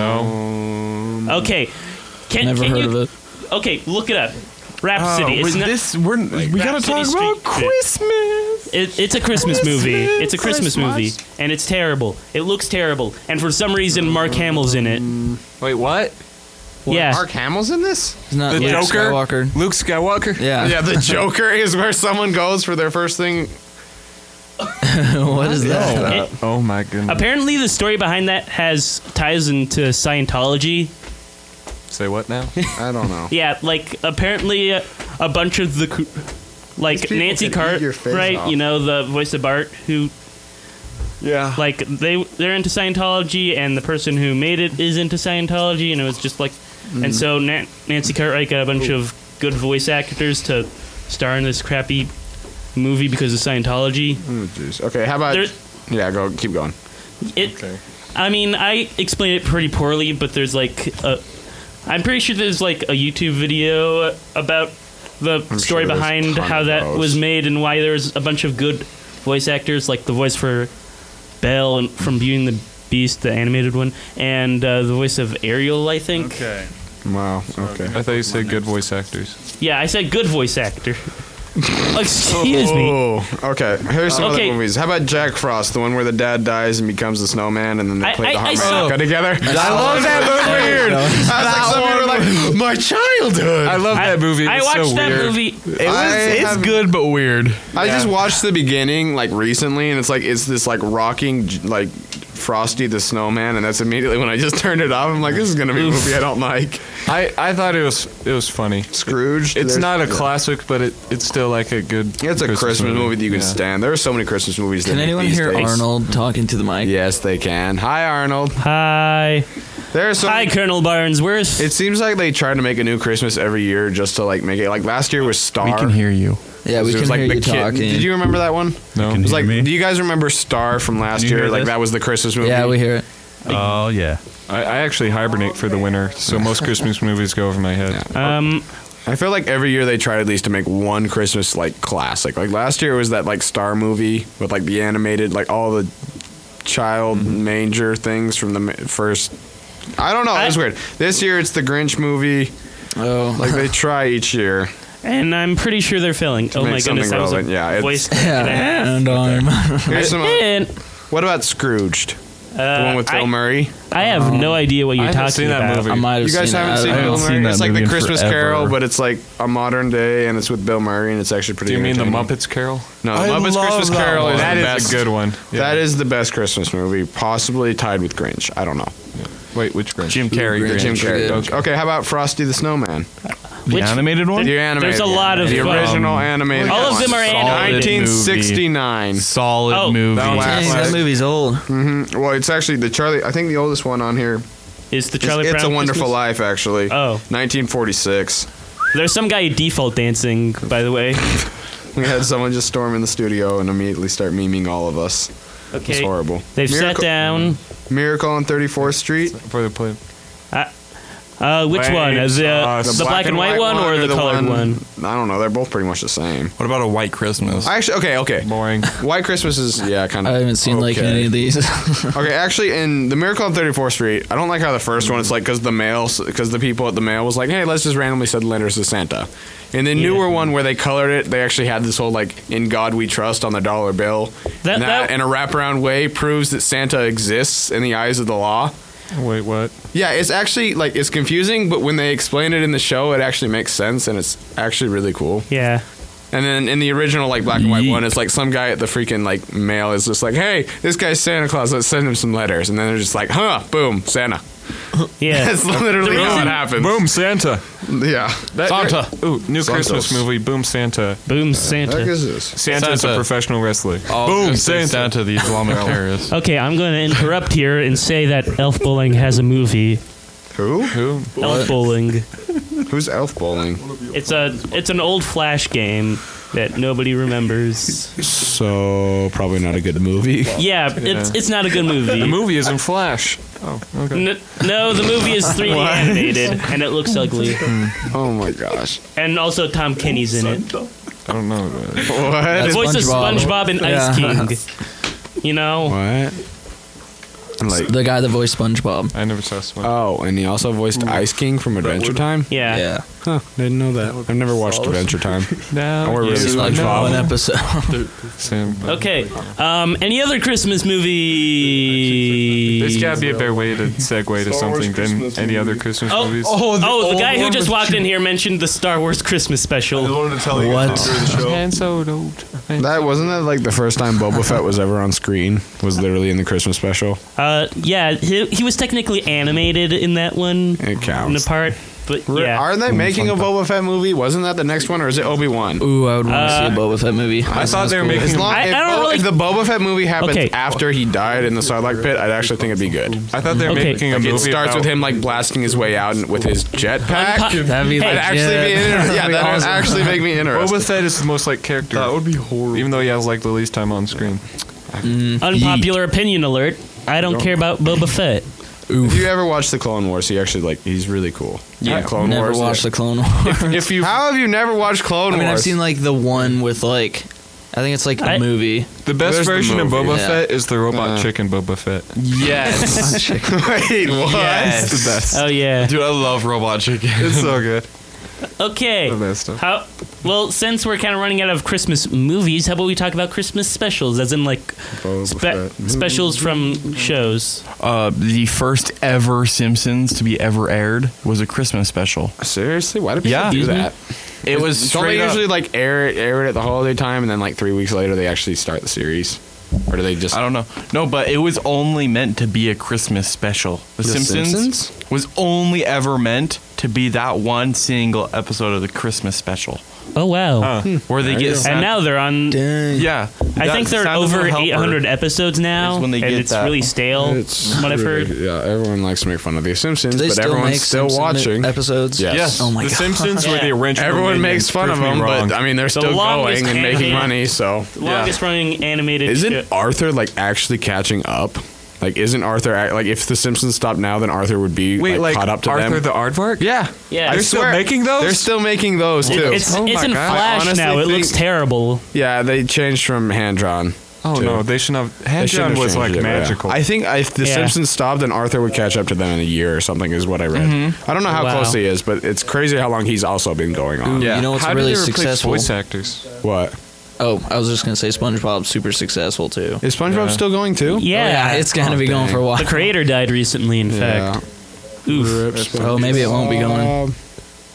Speaker 5: no!
Speaker 2: Okay, can,
Speaker 4: Never
Speaker 2: can
Speaker 4: heard
Speaker 2: you,
Speaker 4: of it.
Speaker 2: Okay, look it up.
Speaker 7: Oh,
Speaker 2: Rhapsody. it's,
Speaker 7: we're-
Speaker 2: not,
Speaker 7: this we're we gotta
Speaker 2: Rhapsody
Speaker 7: talk
Speaker 2: Street
Speaker 7: about
Speaker 2: Kid.
Speaker 7: Christmas.
Speaker 2: it- it's a Christmas, movie. It's a Christmas,
Speaker 7: Christmas.
Speaker 2: movie, and it's terrible. It looks terrible, and for some reason, Mark Hamill's in it.
Speaker 3: Wait, what?
Speaker 2: yeah,
Speaker 5: Mark Hamill's in this?
Speaker 4: It's not
Speaker 3: The
Speaker 4: Luke
Speaker 3: Joker?
Speaker 4: Skywalker.
Speaker 3: Luke Skywalker.
Speaker 4: Yeah.
Speaker 5: Yeah, the Joker is where someone goes for their first thing.
Speaker 4: what is that?
Speaker 2: It-
Speaker 3: Oh my goodness.
Speaker 2: apparently, the story behind that has ties into Scientology.
Speaker 3: Say what now?
Speaker 5: I don't know.
Speaker 2: Yeah, like apparently, uh, a bunch of the, cr- like
Speaker 5: people
Speaker 2: Nancy
Speaker 5: can eat your face
Speaker 2: Cartwright,
Speaker 5: off.
Speaker 2: you know, the voice of Bart, who
Speaker 3: yeah.
Speaker 2: like they they're into Scientology, and the person who made it is into Scientology, and it was just like, and so Nan Nancy Cartwright got a bunch of good voice actors to star in this crappy movie because of Scientology.
Speaker 5: Oh, jeez. Okay, how about?
Speaker 2: There's-
Speaker 5: Yeah, go keep going.
Speaker 2: It, I mean, I explained it pretty poorly, but there's like, a, I'm pretty sure there's like a YouTube video about the story
Speaker 5: sure there's
Speaker 2: behind
Speaker 5: tons
Speaker 2: how
Speaker 5: of
Speaker 2: that
Speaker 5: those.
Speaker 2: was made and why there was a bunch of good voice actors, like the voice for Belle and from Beauty and the Beast, the animated one, and uh, the voice of Ariel, I think.
Speaker 6: Okay.
Speaker 5: Wow. Okay.
Speaker 3: I thought you said good voice actors.
Speaker 2: Yeah, I said good voice actor. Excuse me.
Speaker 5: Oh, okay. Here's some
Speaker 2: Okay.
Speaker 5: other movies. How about Jack Frost, the one where the dad dies and becomes the snowman, and then they
Speaker 2: I-
Speaker 5: play
Speaker 2: I-
Speaker 5: the
Speaker 2: I
Speaker 5: harmonica
Speaker 2: saw-
Speaker 5: together? I love that movie. Weird. I was like, some people were like, my childhood.
Speaker 3: I love that movie.
Speaker 2: I
Speaker 3: It's
Speaker 2: watched
Speaker 3: so
Speaker 2: that
Speaker 3: weird.
Speaker 2: movie.
Speaker 5: It was, it's
Speaker 7: Good but weird.
Speaker 5: I just watched the beginning like recently, and it's like it's this like rocking j- like Frosty the Snowman, and that's immediately when I just turned it off. I'm like, this is gonna be a movie I don't like.
Speaker 3: I, I thought it was it was funny.
Speaker 5: Scrooge.
Speaker 3: It's
Speaker 5: there's-
Speaker 3: not a
Speaker 5: yeah.
Speaker 3: classic, but it, it's still like a good.
Speaker 5: It's a Christmas, movie. that you can
Speaker 3: Yeah.
Speaker 5: stand. There are so many Christmas movies. they
Speaker 4: Can
Speaker 5: make
Speaker 4: anyone
Speaker 5: these
Speaker 4: hear
Speaker 5: days.
Speaker 4: Arnold talking to the mic?
Speaker 5: Yes, they can. Hi, Arnold.
Speaker 2: Hi.
Speaker 5: There are so.
Speaker 2: Hi, Colonel Barnsworth.
Speaker 5: it seems like they try to make a new Christmas every year just to like make it. Like last year was Star.
Speaker 7: We can hear you.
Speaker 4: Yeah, we
Speaker 5: It
Speaker 4: can
Speaker 5: was, like,
Speaker 4: hear
Speaker 5: the
Speaker 4: you
Speaker 5: kid-
Speaker 4: talking.
Speaker 5: Did you remember that one?
Speaker 3: No.
Speaker 5: It was like,
Speaker 7: me?
Speaker 5: do you guys remember Star from last
Speaker 7: you
Speaker 5: year?
Speaker 7: hear
Speaker 5: Like
Speaker 7: this?
Speaker 5: that was the Christmas movie.
Speaker 4: yeah, we hear it.
Speaker 7: Oh yeah.
Speaker 3: I, I actually hibernate for the winter, so most Christmas movies go over my head.
Speaker 2: um,
Speaker 5: I feel like every year they try at least to make one Christmas like classic. Like last year was that like Star movie with like the animated like all the child manger things from the ma- first. I don't know. It was
Speaker 2: I-
Speaker 5: weird. This year it's the Grinch movie.
Speaker 4: Oh,
Speaker 5: Like they try each year.
Speaker 2: and I'm pretty sure they're failing. oh
Speaker 5: make
Speaker 2: my goodness,
Speaker 5: something
Speaker 2: that was a
Speaker 5: relevant, yeah, it's-
Speaker 2: voice.
Speaker 4: yeah, and um, arm.
Speaker 5: Here's some.
Speaker 2: And,
Speaker 5: What about Scrooged? The
Speaker 2: uh,
Speaker 5: one with Bill
Speaker 2: I,
Speaker 5: Murray.
Speaker 2: I have no idea what you're
Speaker 3: Oh. I haven't
Speaker 2: talking
Speaker 3: seen that
Speaker 2: about.
Speaker 3: movie.
Speaker 4: I might have
Speaker 5: You guys
Speaker 4: seen
Speaker 5: haven't
Speaker 4: it.
Speaker 5: seen
Speaker 4: I
Speaker 5: Bill
Speaker 4: don't-
Speaker 5: Murray?
Speaker 7: seen that
Speaker 5: it's like
Speaker 7: movie
Speaker 5: the
Speaker 7: in
Speaker 5: Christmas
Speaker 7: forever.
Speaker 5: Carol, but it's like a modern day, and it's with Bill Murray, and it's actually pretty.
Speaker 3: Do you mean the
Speaker 5: entertaining.
Speaker 3: Muppets Carol?
Speaker 5: No, the
Speaker 7: I
Speaker 5: Muppets
Speaker 7: love
Speaker 5: Christmas
Speaker 7: that
Speaker 5: Carol
Speaker 7: one.
Speaker 5: Oh, is
Speaker 3: That
Speaker 5: the
Speaker 3: is
Speaker 5: best.
Speaker 3: a good one. Yeah.
Speaker 5: That is the best Christmas movie, possibly tied with Grinch. I don't know.
Speaker 3: Wait, which Grinch?
Speaker 7: Jim Carrey.
Speaker 4: Grinch.
Speaker 5: Jim
Speaker 7: Grinch.
Speaker 5: Carrey.
Speaker 4: Okay.
Speaker 5: Okay, how about Frosty the Snowman?
Speaker 7: The
Speaker 2: Which-
Speaker 7: animated one.
Speaker 5: The animated.
Speaker 2: There's a
Speaker 5: one.
Speaker 2: lot of
Speaker 5: the
Speaker 2: fun.
Speaker 5: original animated.
Speaker 2: All of them
Speaker 5: one.
Speaker 2: are
Speaker 7: Solid
Speaker 2: animated.
Speaker 5: 1969.
Speaker 7: Solid
Speaker 2: Oh,
Speaker 7: movie.
Speaker 5: that one-
Speaker 4: Dang, that
Speaker 5: Classic.
Speaker 4: movie's old.
Speaker 5: Mhm. Well, it's actually the Charlie. I think the oldest one on here.
Speaker 2: Is the
Speaker 5: Is
Speaker 2: Charlie
Speaker 5: it's
Speaker 2: Brown
Speaker 5: a Wonderful
Speaker 2: Christmas?
Speaker 5: Life, actually.
Speaker 2: Oh.
Speaker 5: 1946.
Speaker 2: There's some guy default dancing, by the way.
Speaker 5: We had someone just storm in the studio and immediately start memeing all of us. It's
Speaker 2: Okay.
Speaker 5: horrible.
Speaker 2: They've sat
Speaker 5: Miracle-
Speaker 2: down.
Speaker 5: Miracle on 34th Street.
Speaker 3: for the play.
Speaker 2: Uh, which one? Is it
Speaker 3: uh,
Speaker 2: the, black and white, one or the, colored one?
Speaker 5: I don't know. They're both pretty much the same.
Speaker 7: What about a White Christmas?
Speaker 5: Actually, okay, okay.
Speaker 3: Boring.
Speaker 5: White Christmas is yeah, kind
Speaker 4: I
Speaker 5: of.
Speaker 4: haven't seen like any of these.
Speaker 5: Okay, actually, in the Miracle on 34th Street, I don't like how the first one. It's like because the mail, because the people at the mail was like, "Hey, let's just randomly send letters to Santa." And the newer one where they colored it, they actually had this whole like "In God We Trust" on the dollar bill.
Speaker 2: That-
Speaker 5: and that,
Speaker 2: that-
Speaker 5: in a wraparound way proves that Santa exists in the eyes of the law.
Speaker 3: Wait, what?
Speaker 5: Yeah, it's actually like it's confusing, but when they explain it in the show, it actually makes sense and it's actually really cool.
Speaker 2: Yeah.
Speaker 5: And then in the original, like black and white one, it's like some guy at the freaking like mail is just like, "Hey, this guy's Santa Claus. Let's send him some letters." And then they're just like, "Huh? Boom, Santa."
Speaker 2: Yeah.
Speaker 5: That's literally
Speaker 2: The
Speaker 5: how it
Speaker 2: reason-
Speaker 5: happens.
Speaker 3: Boom Santa.
Speaker 5: Yeah.
Speaker 3: That-
Speaker 7: Santa.
Speaker 3: Ooh, new
Speaker 5: Santos.
Speaker 3: Christmas movie. Boom Santa.
Speaker 2: Boom, Santa.
Speaker 5: this?
Speaker 3: Santa's
Speaker 7: Santa.
Speaker 3: a professional wrestler.
Speaker 7: Boom. Santa. Santa the Islamic terrorist.
Speaker 2: Okay, I'm going to interrupt here and say that Elf Bowling has a movie.
Speaker 5: Who?
Speaker 3: Who?
Speaker 2: Elf Bowling.
Speaker 5: Who's elf bowling?
Speaker 2: It's a it's an old flash game that nobody remembers.
Speaker 5: So probably not a good movie.
Speaker 2: Yeah, it's it's not a good movie.
Speaker 3: The movie is in Flash. Oh,
Speaker 2: N- no, the movie is 3D animated and it looks ugly.
Speaker 5: Oh my gosh.
Speaker 2: And also Tom Kenny's in it.
Speaker 3: I don't know. uh,
Speaker 5: What?
Speaker 2: The voice of
Speaker 4: SpongeBob.
Speaker 2: SpongeBob and Ice King. You know,
Speaker 5: What? Like
Speaker 4: the guy that voiced SpongeBob.
Speaker 3: I never saw SpongeBob.
Speaker 5: oh, and he also voiced Ice King from Adventure Time.
Speaker 2: yeah.
Speaker 4: Yeah,
Speaker 5: Huh? Didn't know that. I've never watched Adventure Time.
Speaker 3: Now
Speaker 5: Or
Speaker 3: you
Speaker 5: really
Speaker 4: like
Speaker 5: SpongeBob.
Speaker 4: one episode.
Speaker 3: Sam.
Speaker 2: Okay. Um, any other Christmas movie?
Speaker 3: There's gotta be a better way to segue to
Speaker 8: Star Wars
Speaker 3: something than
Speaker 8: Christmas
Speaker 3: any other
Speaker 8: movies.
Speaker 3: Christmas
Speaker 2: Oh,
Speaker 3: movies.
Speaker 2: oh, the, guy who
Speaker 7: one
Speaker 2: just
Speaker 7: with
Speaker 2: walked in here mentioned the Star Wars Christmas special.
Speaker 8: wanted to tell you
Speaker 4: What?
Speaker 8: after the show.
Speaker 3: And so do
Speaker 5: That wasn't that like the first time Boba Fett was ever on screen was literally in the Christmas special.
Speaker 2: Uh, yeah, he, he was technically animated in that one,
Speaker 5: It
Speaker 2: in the
Speaker 5: counts.
Speaker 2: part, but yeah.
Speaker 5: Are they making a Boba Fett movie? Wasn't that the next one, or is it Obi Wan?
Speaker 4: Ooh, I would want to
Speaker 2: Uh,
Speaker 4: see a Boba Fett movie.
Speaker 3: I thought they were making.
Speaker 5: As long
Speaker 2: I-
Speaker 5: if,
Speaker 2: I don't
Speaker 5: Bo-
Speaker 2: really-
Speaker 5: if the Boba Fett movie happens
Speaker 2: Okay.
Speaker 5: after he died in the Sarlacc pit, I'd actually think it'd be good.
Speaker 3: I thought they were
Speaker 2: Okay.
Speaker 3: making a
Speaker 5: Like
Speaker 3: movie.
Speaker 5: it starts
Speaker 3: about-
Speaker 5: with him like blasting his way out and- with his jetpack.
Speaker 4: That'd be
Speaker 2: Hey,
Speaker 4: like,
Speaker 5: That'd actually be inter- yeah, that'd actually make me interested.
Speaker 3: Boba Fett is the most like character. That would be horrible. Even though he has like the least time on screen.
Speaker 2: Unpopular opinion alert. I don't care about Boba Fett.
Speaker 5: If you ever watched the Clone Wars, he actually like he's really cool. Yeah, Clone
Speaker 4: never
Speaker 5: Wars.
Speaker 4: watched the Clone Wars.
Speaker 3: If you
Speaker 5: How have you never watched Clone
Speaker 4: I mean, I've
Speaker 5: Wars?
Speaker 4: seen like the one with like, I think it's like a
Speaker 2: I-
Speaker 4: movie.
Speaker 3: the best
Speaker 5: There's the
Speaker 3: version of
Speaker 5: movie.
Speaker 3: Boba
Speaker 4: Yeah.
Speaker 3: Fett is the robot
Speaker 5: Uh.
Speaker 3: chicken Boba Fett.
Speaker 7: Yes.
Speaker 5: Wait, what?
Speaker 7: yes.
Speaker 3: The best.
Speaker 2: Oh yeah.
Speaker 7: Dude, I love Robot Chicken.
Speaker 3: It's so good.
Speaker 2: Okay.
Speaker 3: The best stuff.
Speaker 2: How Well, since we're kind of running out of Christmas movies, how about we talk about Christmas specials, as in like spe- specials from shows?
Speaker 7: Uh, the first ever Simpsons to be ever aired was a Christmas special.
Speaker 5: Seriously, why do people
Speaker 7: Yeah.
Speaker 5: do
Speaker 7: Excuse me?
Speaker 5: that?
Speaker 7: It was
Speaker 5: Don't
Speaker 7: straight
Speaker 5: they
Speaker 7: up.
Speaker 5: usually like air it, air it at the holiday time, and then like three weeks later they actually start the series, or do they just?
Speaker 7: I don't know. No, but it was only meant to be a Christmas special. The,
Speaker 5: The
Speaker 7: Simpsons,
Speaker 5: Simpsons?
Speaker 7: was only ever meant to be that one single episode of the Christmas special
Speaker 2: Oh wow!
Speaker 5: Hmm.
Speaker 7: where they get
Speaker 2: And
Speaker 7: Santa-
Speaker 2: now they're on.
Speaker 4: Dang.
Speaker 7: yeah.
Speaker 2: I
Speaker 7: that
Speaker 2: think they're
Speaker 7: Santa's
Speaker 2: over
Speaker 7: Little Helper.
Speaker 2: 800 episodes now,
Speaker 7: is when they
Speaker 2: and
Speaker 7: get
Speaker 2: it's
Speaker 7: that.
Speaker 2: really stale. from what I've heard.
Speaker 5: Yeah, everyone likes to make fun of the Simpsons,
Speaker 4: Do they
Speaker 5: but
Speaker 4: still
Speaker 5: everyone's
Speaker 4: make
Speaker 5: still
Speaker 4: Simpson
Speaker 5: watching.
Speaker 4: episodes?
Speaker 5: Yes.
Speaker 7: Yes.
Speaker 4: Oh my
Speaker 3: the
Speaker 4: god.
Speaker 3: Simpsons were
Speaker 2: Yeah.
Speaker 3: the original.
Speaker 5: Everyone makes
Speaker 3: minions,
Speaker 5: fun of
Speaker 3: prove me
Speaker 5: them,
Speaker 3: wrong.
Speaker 5: but I mean they're still
Speaker 2: longest
Speaker 5: going and making
Speaker 2: animated-
Speaker 5: money. So
Speaker 2: Longest running animated.
Speaker 5: isn't
Speaker 2: show.
Speaker 5: Arthur like actually catching up? Like, isn't Arthur act- like if the Simpsons stopped now, then Arthur would be
Speaker 3: wait, like,
Speaker 5: caught up to
Speaker 3: Arthur
Speaker 5: them?
Speaker 3: the Aardvark?
Speaker 5: yeah,
Speaker 2: Yeah.
Speaker 5: I
Speaker 2: They're
Speaker 3: still
Speaker 5: swear,
Speaker 3: making those?
Speaker 5: They're still making those too.
Speaker 2: It's, it's in
Speaker 5: Oh I
Speaker 2: Flash
Speaker 5: honestly
Speaker 2: now. It looks
Speaker 5: think- Oh,
Speaker 2: terrible.
Speaker 5: Yeah, they changed from hand drawn.
Speaker 3: Oh no, they shouldn't have. Hand
Speaker 5: shouldn't
Speaker 3: John
Speaker 5: have
Speaker 3: was
Speaker 5: changed
Speaker 3: like
Speaker 5: it, but yeah.
Speaker 3: magical.
Speaker 5: I think if The
Speaker 2: Yeah.
Speaker 5: Simpsons stopped, then Arthur would catch up to them in a year or something, is what I read. I don't know how
Speaker 2: Mm-hmm. Wow.
Speaker 5: close he is, but it's crazy how long he's also been going on.
Speaker 4: You know what's
Speaker 3: How do
Speaker 4: really
Speaker 3: they replace
Speaker 4: successful?
Speaker 3: Voice actors.
Speaker 5: What?
Speaker 4: Oh, I was just gonna say SpongeBob's super successful too.
Speaker 5: Is SpongeBob still going too?
Speaker 2: Yeah.
Speaker 4: Oh, yeah, it's gonna
Speaker 5: Oh,
Speaker 4: be going
Speaker 5: dang.
Speaker 4: for a while.
Speaker 2: the creator died recently, in fact. Oof.
Speaker 4: Oh, maybe it won't be going.
Speaker 5: Um,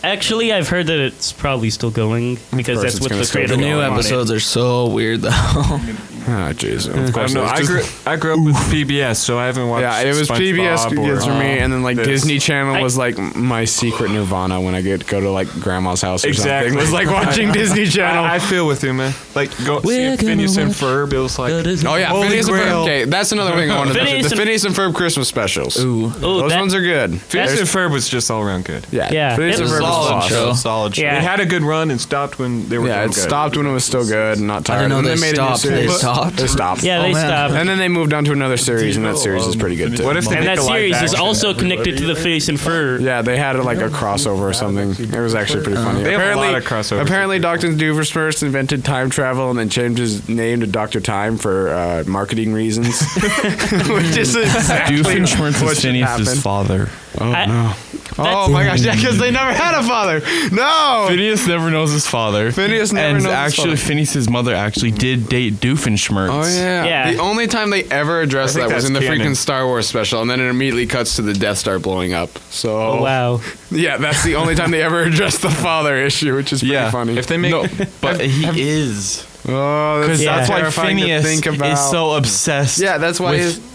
Speaker 2: Actually, I've heard that it's probably still going because
Speaker 5: course
Speaker 2: that's
Speaker 5: it's
Speaker 2: what
Speaker 5: gonna
Speaker 2: the
Speaker 5: still
Speaker 2: creator.
Speaker 4: The new
Speaker 5: Don't want
Speaker 4: episodes are so weird though.
Speaker 5: Ah, jeez. Of
Speaker 3: I
Speaker 5: course.
Speaker 3: don't know.
Speaker 5: it was
Speaker 3: I
Speaker 5: just-
Speaker 3: grew, I grew up with PBS, so I haven't watched.
Speaker 5: yeah, it was PBS
Speaker 3: SpongeBob or- uh,
Speaker 5: kids for me, and then like
Speaker 3: this.
Speaker 5: Disney Channel
Speaker 2: I-
Speaker 5: was like my secret nirvana when I get go to like grandma's house or
Speaker 3: Exactly.
Speaker 5: something. Was like watching Disney Channel.
Speaker 3: I, I feel with you, man. Like go
Speaker 4: We're
Speaker 3: see
Speaker 4: gonna
Speaker 3: Phineas and
Speaker 4: watch-
Speaker 3: Ferb. It was like
Speaker 5: Oh yeah,
Speaker 3: Holy
Speaker 5: Phineas and Ferb.
Speaker 3: Grail.
Speaker 5: Okay, that's another thing I wanted to
Speaker 2: Phineas
Speaker 5: mention. The
Speaker 2: and-
Speaker 5: Phineas and Ferb Christmas specials. Ooh,
Speaker 2: Oh,
Speaker 5: those
Speaker 2: that-
Speaker 5: ones are good.
Speaker 3: Phineas and
Speaker 5: There's-
Speaker 3: Ferb was just all around good.
Speaker 5: yeah,
Speaker 2: Yeah,
Speaker 5: Phineas
Speaker 2: it was
Speaker 5: and Ferb was
Speaker 4: solid
Speaker 5: awesome.
Speaker 4: show.
Speaker 7: Solid show.
Speaker 2: Yeah.
Speaker 3: It had a good run and stopped when they were.
Speaker 5: Yeah,
Speaker 3: doing
Speaker 5: it
Speaker 3: good.
Speaker 5: stopped when it was still good, and not tired.
Speaker 4: know
Speaker 5: and then
Speaker 4: they
Speaker 5: made a new
Speaker 4: stopped. They
Speaker 5: series.
Speaker 4: stopped?
Speaker 5: They stopped.
Speaker 2: Yeah, they
Speaker 4: Oh, man.
Speaker 2: stopped.
Speaker 5: And then they moved on to another series, and that series is pretty good too.
Speaker 3: What if they
Speaker 2: And
Speaker 3: make
Speaker 2: that
Speaker 3: a live
Speaker 2: series is
Speaker 3: action?
Speaker 2: also connected to the face and fur.
Speaker 5: Yeah, they had like a crossover or something. It was actually pretty funny.
Speaker 3: They have a lot of crossovers.
Speaker 5: Apparently, Doctor Doofenshmirtz invented time travel and then changed his name to Doctor Time for uh, marketing reasons, which is exactly
Speaker 7: Doofenshmirtz
Speaker 5: what
Speaker 7: is
Speaker 5: should
Speaker 7: Phineas'
Speaker 5: happen.
Speaker 7: father.
Speaker 2: I-
Speaker 5: Oh my gosh! Yeah, because they never had a father. No.
Speaker 7: Phineas never knows his father.
Speaker 5: Oh. Phineas never
Speaker 7: and
Speaker 5: knows his
Speaker 7: actually,
Speaker 5: father.
Speaker 7: Phineas' mother actually did date Doofenshmirtz.
Speaker 5: Oh yeah.
Speaker 2: Yeah.
Speaker 5: The only time they ever addressed
Speaker 3: I think
Speaker 5: that was
Speaker 3: that's
Speaker 5: in the
Speaker 3: canon.
Speaker 5: freaking Star Wars special, and then it immediately cuts to the Death Star blowing up. So
Speaker 2: Oh, wow.
Speaker 5: yeah, that's the only time they ever addressed the father issue, which is pretty
Speaker 7: Yeah.
Speaker 5: funny.
Speaker 3: If they make
Speaker 7: No, but he is.
Speaker 5: oh, that's,
Speaker 7: Because
Speaker 2: Yeah.
Speaker 7: that's why
Speaker 5: terrifying to
Speaker 7: Phineas
Speaker 5: think about.
Speaker 7: is so obsessed.
Speaker 5: Yeah, that's why
Speaker 7: with
Speaker 5: his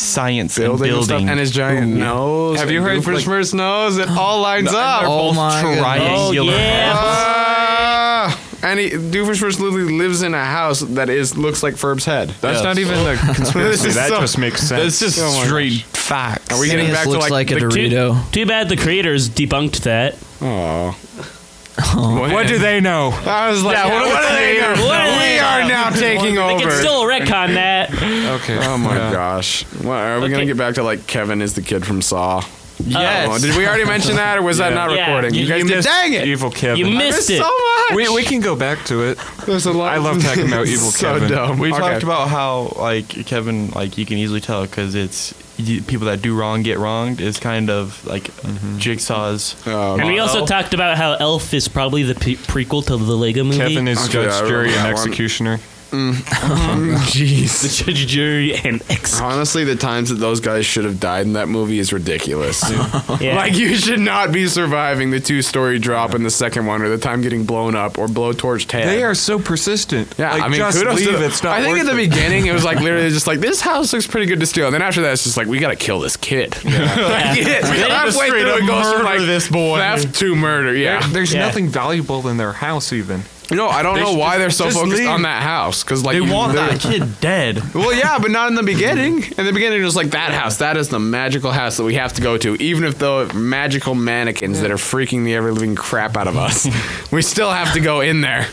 Speaker 7: science
Speaker 5: building,
Speaker 7: and
Speaker 5: and
Speaker 7: building
Speaker 5: stuff and his giant nose.
Speaker 3: Have you
Speaker 5: and
Speaker 3: heard, like-
Speaker 5: Doofenshmirtz nose? It all lines up.
Speaker 7: They're
Speaker 4: Oh
Speaker 7: both
Speaker 4: my goodness.
Speaker 2: Oh
Speaker 7: triangular.
Speaker 2: yeah.
Speaker 5: Ah! and he, Doofenshmirtz literally lives in a house that is looks like Ferb's head.
Speaker 3: that's
Speaker 7: Yes.
Speaker 3: not even a conspiracy.
Speaker 5: is
Speaker 3: that
Speaker 5: so-
Speaker 3: just makes sense.
Speaker 7: That's just
Speaker 5: Oh my
Speaker 7: straight facts.
Speaker 5: Are we getting
Speaker 4: Phineas
Speaker 5: back to
Speaker 4: looks
Speaker 5: like,
Speaker 4: like,
Speaker 5: the
Speaker 4: a
Speaker 5: two-
Speaker 4: Dorito.
Speaker 2: Too bad the creators debunked that.
Speaker 5: Oh.
Speaker 3: what do they know?
Speaker 5: I was like, what, do they know?
Speaker 2: What do they
Speaker 5: we are now taking
Speaker 2: They
Speaker 5: over.
Speaker 2: can still retcon that.
Speaker 3: Okay.
Speaker 5: oh my
Speaker 3: Yeah.
Speaker 5: gosh. What, are we
Speaker 2: Okay.
Speaker 5: gonna get back to like Kevin is the kid from Saw?
Speaker 7: Yes.
Speaker 5: Oh, did we already mention that or was that not
Speaker 2: Yeah.
Speaker 5: recording?
Speaker 2: You-
Speaker 5: guys did.
Speaker 3: missed
Speaker 5: Dang it!
Speaker 3: Evil Kevin.
Speaker 2: You missed
Speaker 5: There's
Speaker 2: it.
Speaker 5: so much.
Speaker 3: We, we can go back to it.
Speaker 5: There's a lot.
Speaker 3: I love talking about evil
Speaker 5: so
Speaker 3: Kevin.
Speaker 5: dumb.
Speaker 7: We
Speaker 5: Okay.
Speaker 7: talked about how like Kevin, like you can easily tell because it's you, people that do wrong get wronged is kind of like Jigsaw's.
Speaker 5: Um,
Speaker 2: And we also
Speaker 7: Wow.
Speaker 2: talked about how Elf is probably the pe- prequel to the Lego movie.
Speaker 3: Kevin is
Speaker 5: Okay, I
Speaker 3: judge,
Speaker 5: remember
Speaker 3: jury, and
Speaker 5: that one.
Speaker 3: executioner.
Speaker 2: the
Speaker 5: Jeez.
Speaker 2: judge, jury, and ex.
Speaker 5: Honestly, the times that those guys should have died in that movie is ridiculous.
Speaker 2: Yeah.
Speaker 5: Like, you should not be surviving the two story drop in the second one or the time getting blown up or blowtorched head.
Speaker 3: They are so persistent.
Speaker 5: Yeah,
Speaker 3: like,
Speaker 5: I mean,
Speaker 3: just
Speaker 5: kudos to
Speaker 3: leave.
Speaker 5: the-
Speaker 3: it's not.
Speaker 5: I think
Speaker 3: worth
Speaker 5: at the
Speaker 3: it.
Speaker 5: beginning it was like literally just like this house looks pretty good to steal, and then after that it's just like we gotta kill this kid. like, it, halfway
Speaker 7: straight
Speaker 5: through
Speaker 7: up
Speaker 5: it goes
Speaker 7: murder
Speaker 5: from like
Speaker 7: this boy.
Speaker 5: theft to murder.
Speaker 3: There-
Speaker 5: Yeah,
Speaker 3: there's
Speaker 2: Yeah.
Speaker 3: nothing valuable in their house even.
Speaker 5: no, I don't
Speaker 3: They
Speaker 5: know
Speaker 3: should
Speaker 5: why
Speaker 3: just-
Speaker 5: they're so
Speaker 3: just
Speaker 5: focused
Speaker 3: leave.
Speaker 5: on that house because like
Speaker 7: They
Speaker 5: you
Speaker 7: want that
Speaker 5: literally-
Speaker 7: kid dead.
Speaker 5: Well, yeah, but not in the beginning. In the beginning, it was like that house. That is the magical house that we have to go to, even if the magical mannequins that are freaking the ever living crap out of us, we still have to go in there.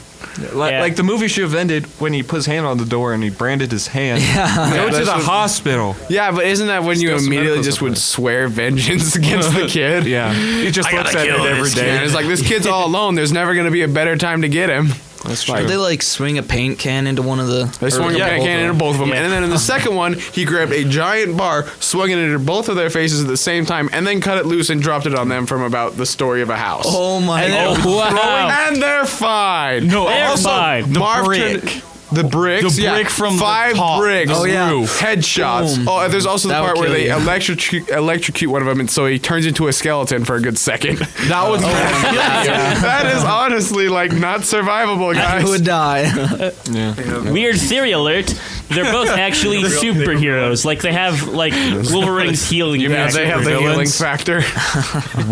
Speaker 3: Like,
Speaker 2: Yeah.
Speaker 3: like the movie should have ended when he put his hand on the door and he branded his hand. Go to
Speaker 5: that's
Speaker 3: the
Speaker 5: what-
Speaker 3: hospital.
Speaker 5: Yeah, but isn't that when you
Speaker 3: Still some
Speaker 5: immediately
Speaker 3: medical
Speaker 5: just would swear vengeance against the kid?
Speaker 3: Yeah, he just looks at it every day.
Speaker 5: And it's like this kid's all alone. There's never gonna be a better time to get him.
Speaker 3: That's
Speaker 4: Did
Speaker 3: true.
Speaker 4: they like swing a paint can into one of the?
Speaker 5: They swung a
Speaker 7: yeah,
Speaker 5: paint
Speaker 7: both
Speaker 5: can
Speaker 7: of
Speaker 5: into both of them,
Speaker 2: Yeah.
Speaker 5: and then in the second one, he grabbed a giant bar, swung it into both of their faces at the same time, and then cut it loose and dropped it on them from about the story of a house.
Speaker 4: Oh my!
Speaker 5: and,
Speaker 4: God.
Speaker 5: they're
Speaker 2: wow.
Speaker 5: throwing, and they're fine.
Speaker 7: No,
Speaker 2: They're fine.
Speaker 7: the
Speaker 5: Marv
Speaker 7: brick.
Speaker 5: turned- the bricks,
Speaker 7: The
Speaker 5: yeah.
Speaker 7: brick from the
Speaker 5: five
Speaker 7: top,
Speaker 5: bricks,
Speaker 7: the
Speaker 4: Oh, yeah. roof.
Speaker 5: headshots.
Speaker 4: Boom.
Speaker 5: Oh, and there's also the
Speaker 4: That would
Speaker 5: part where
Speaker 4: kill
Speaker 5: they
Speaker 4: you.
Speaker 5: electrocute, electrocute one of them, and so he turns into a skeleton for a good second. That was that is honestly like not survivable,
Speaker 4: I
Speaker 5: guys.
Speaker 4: would die.
Speaker 2: Weird theory alert. They're both actually superheroes. Like they have like Wolverine's healing.
Speaker 5: yeah,
Speaker 2: factor.
Speaker 5: they have the healing factor.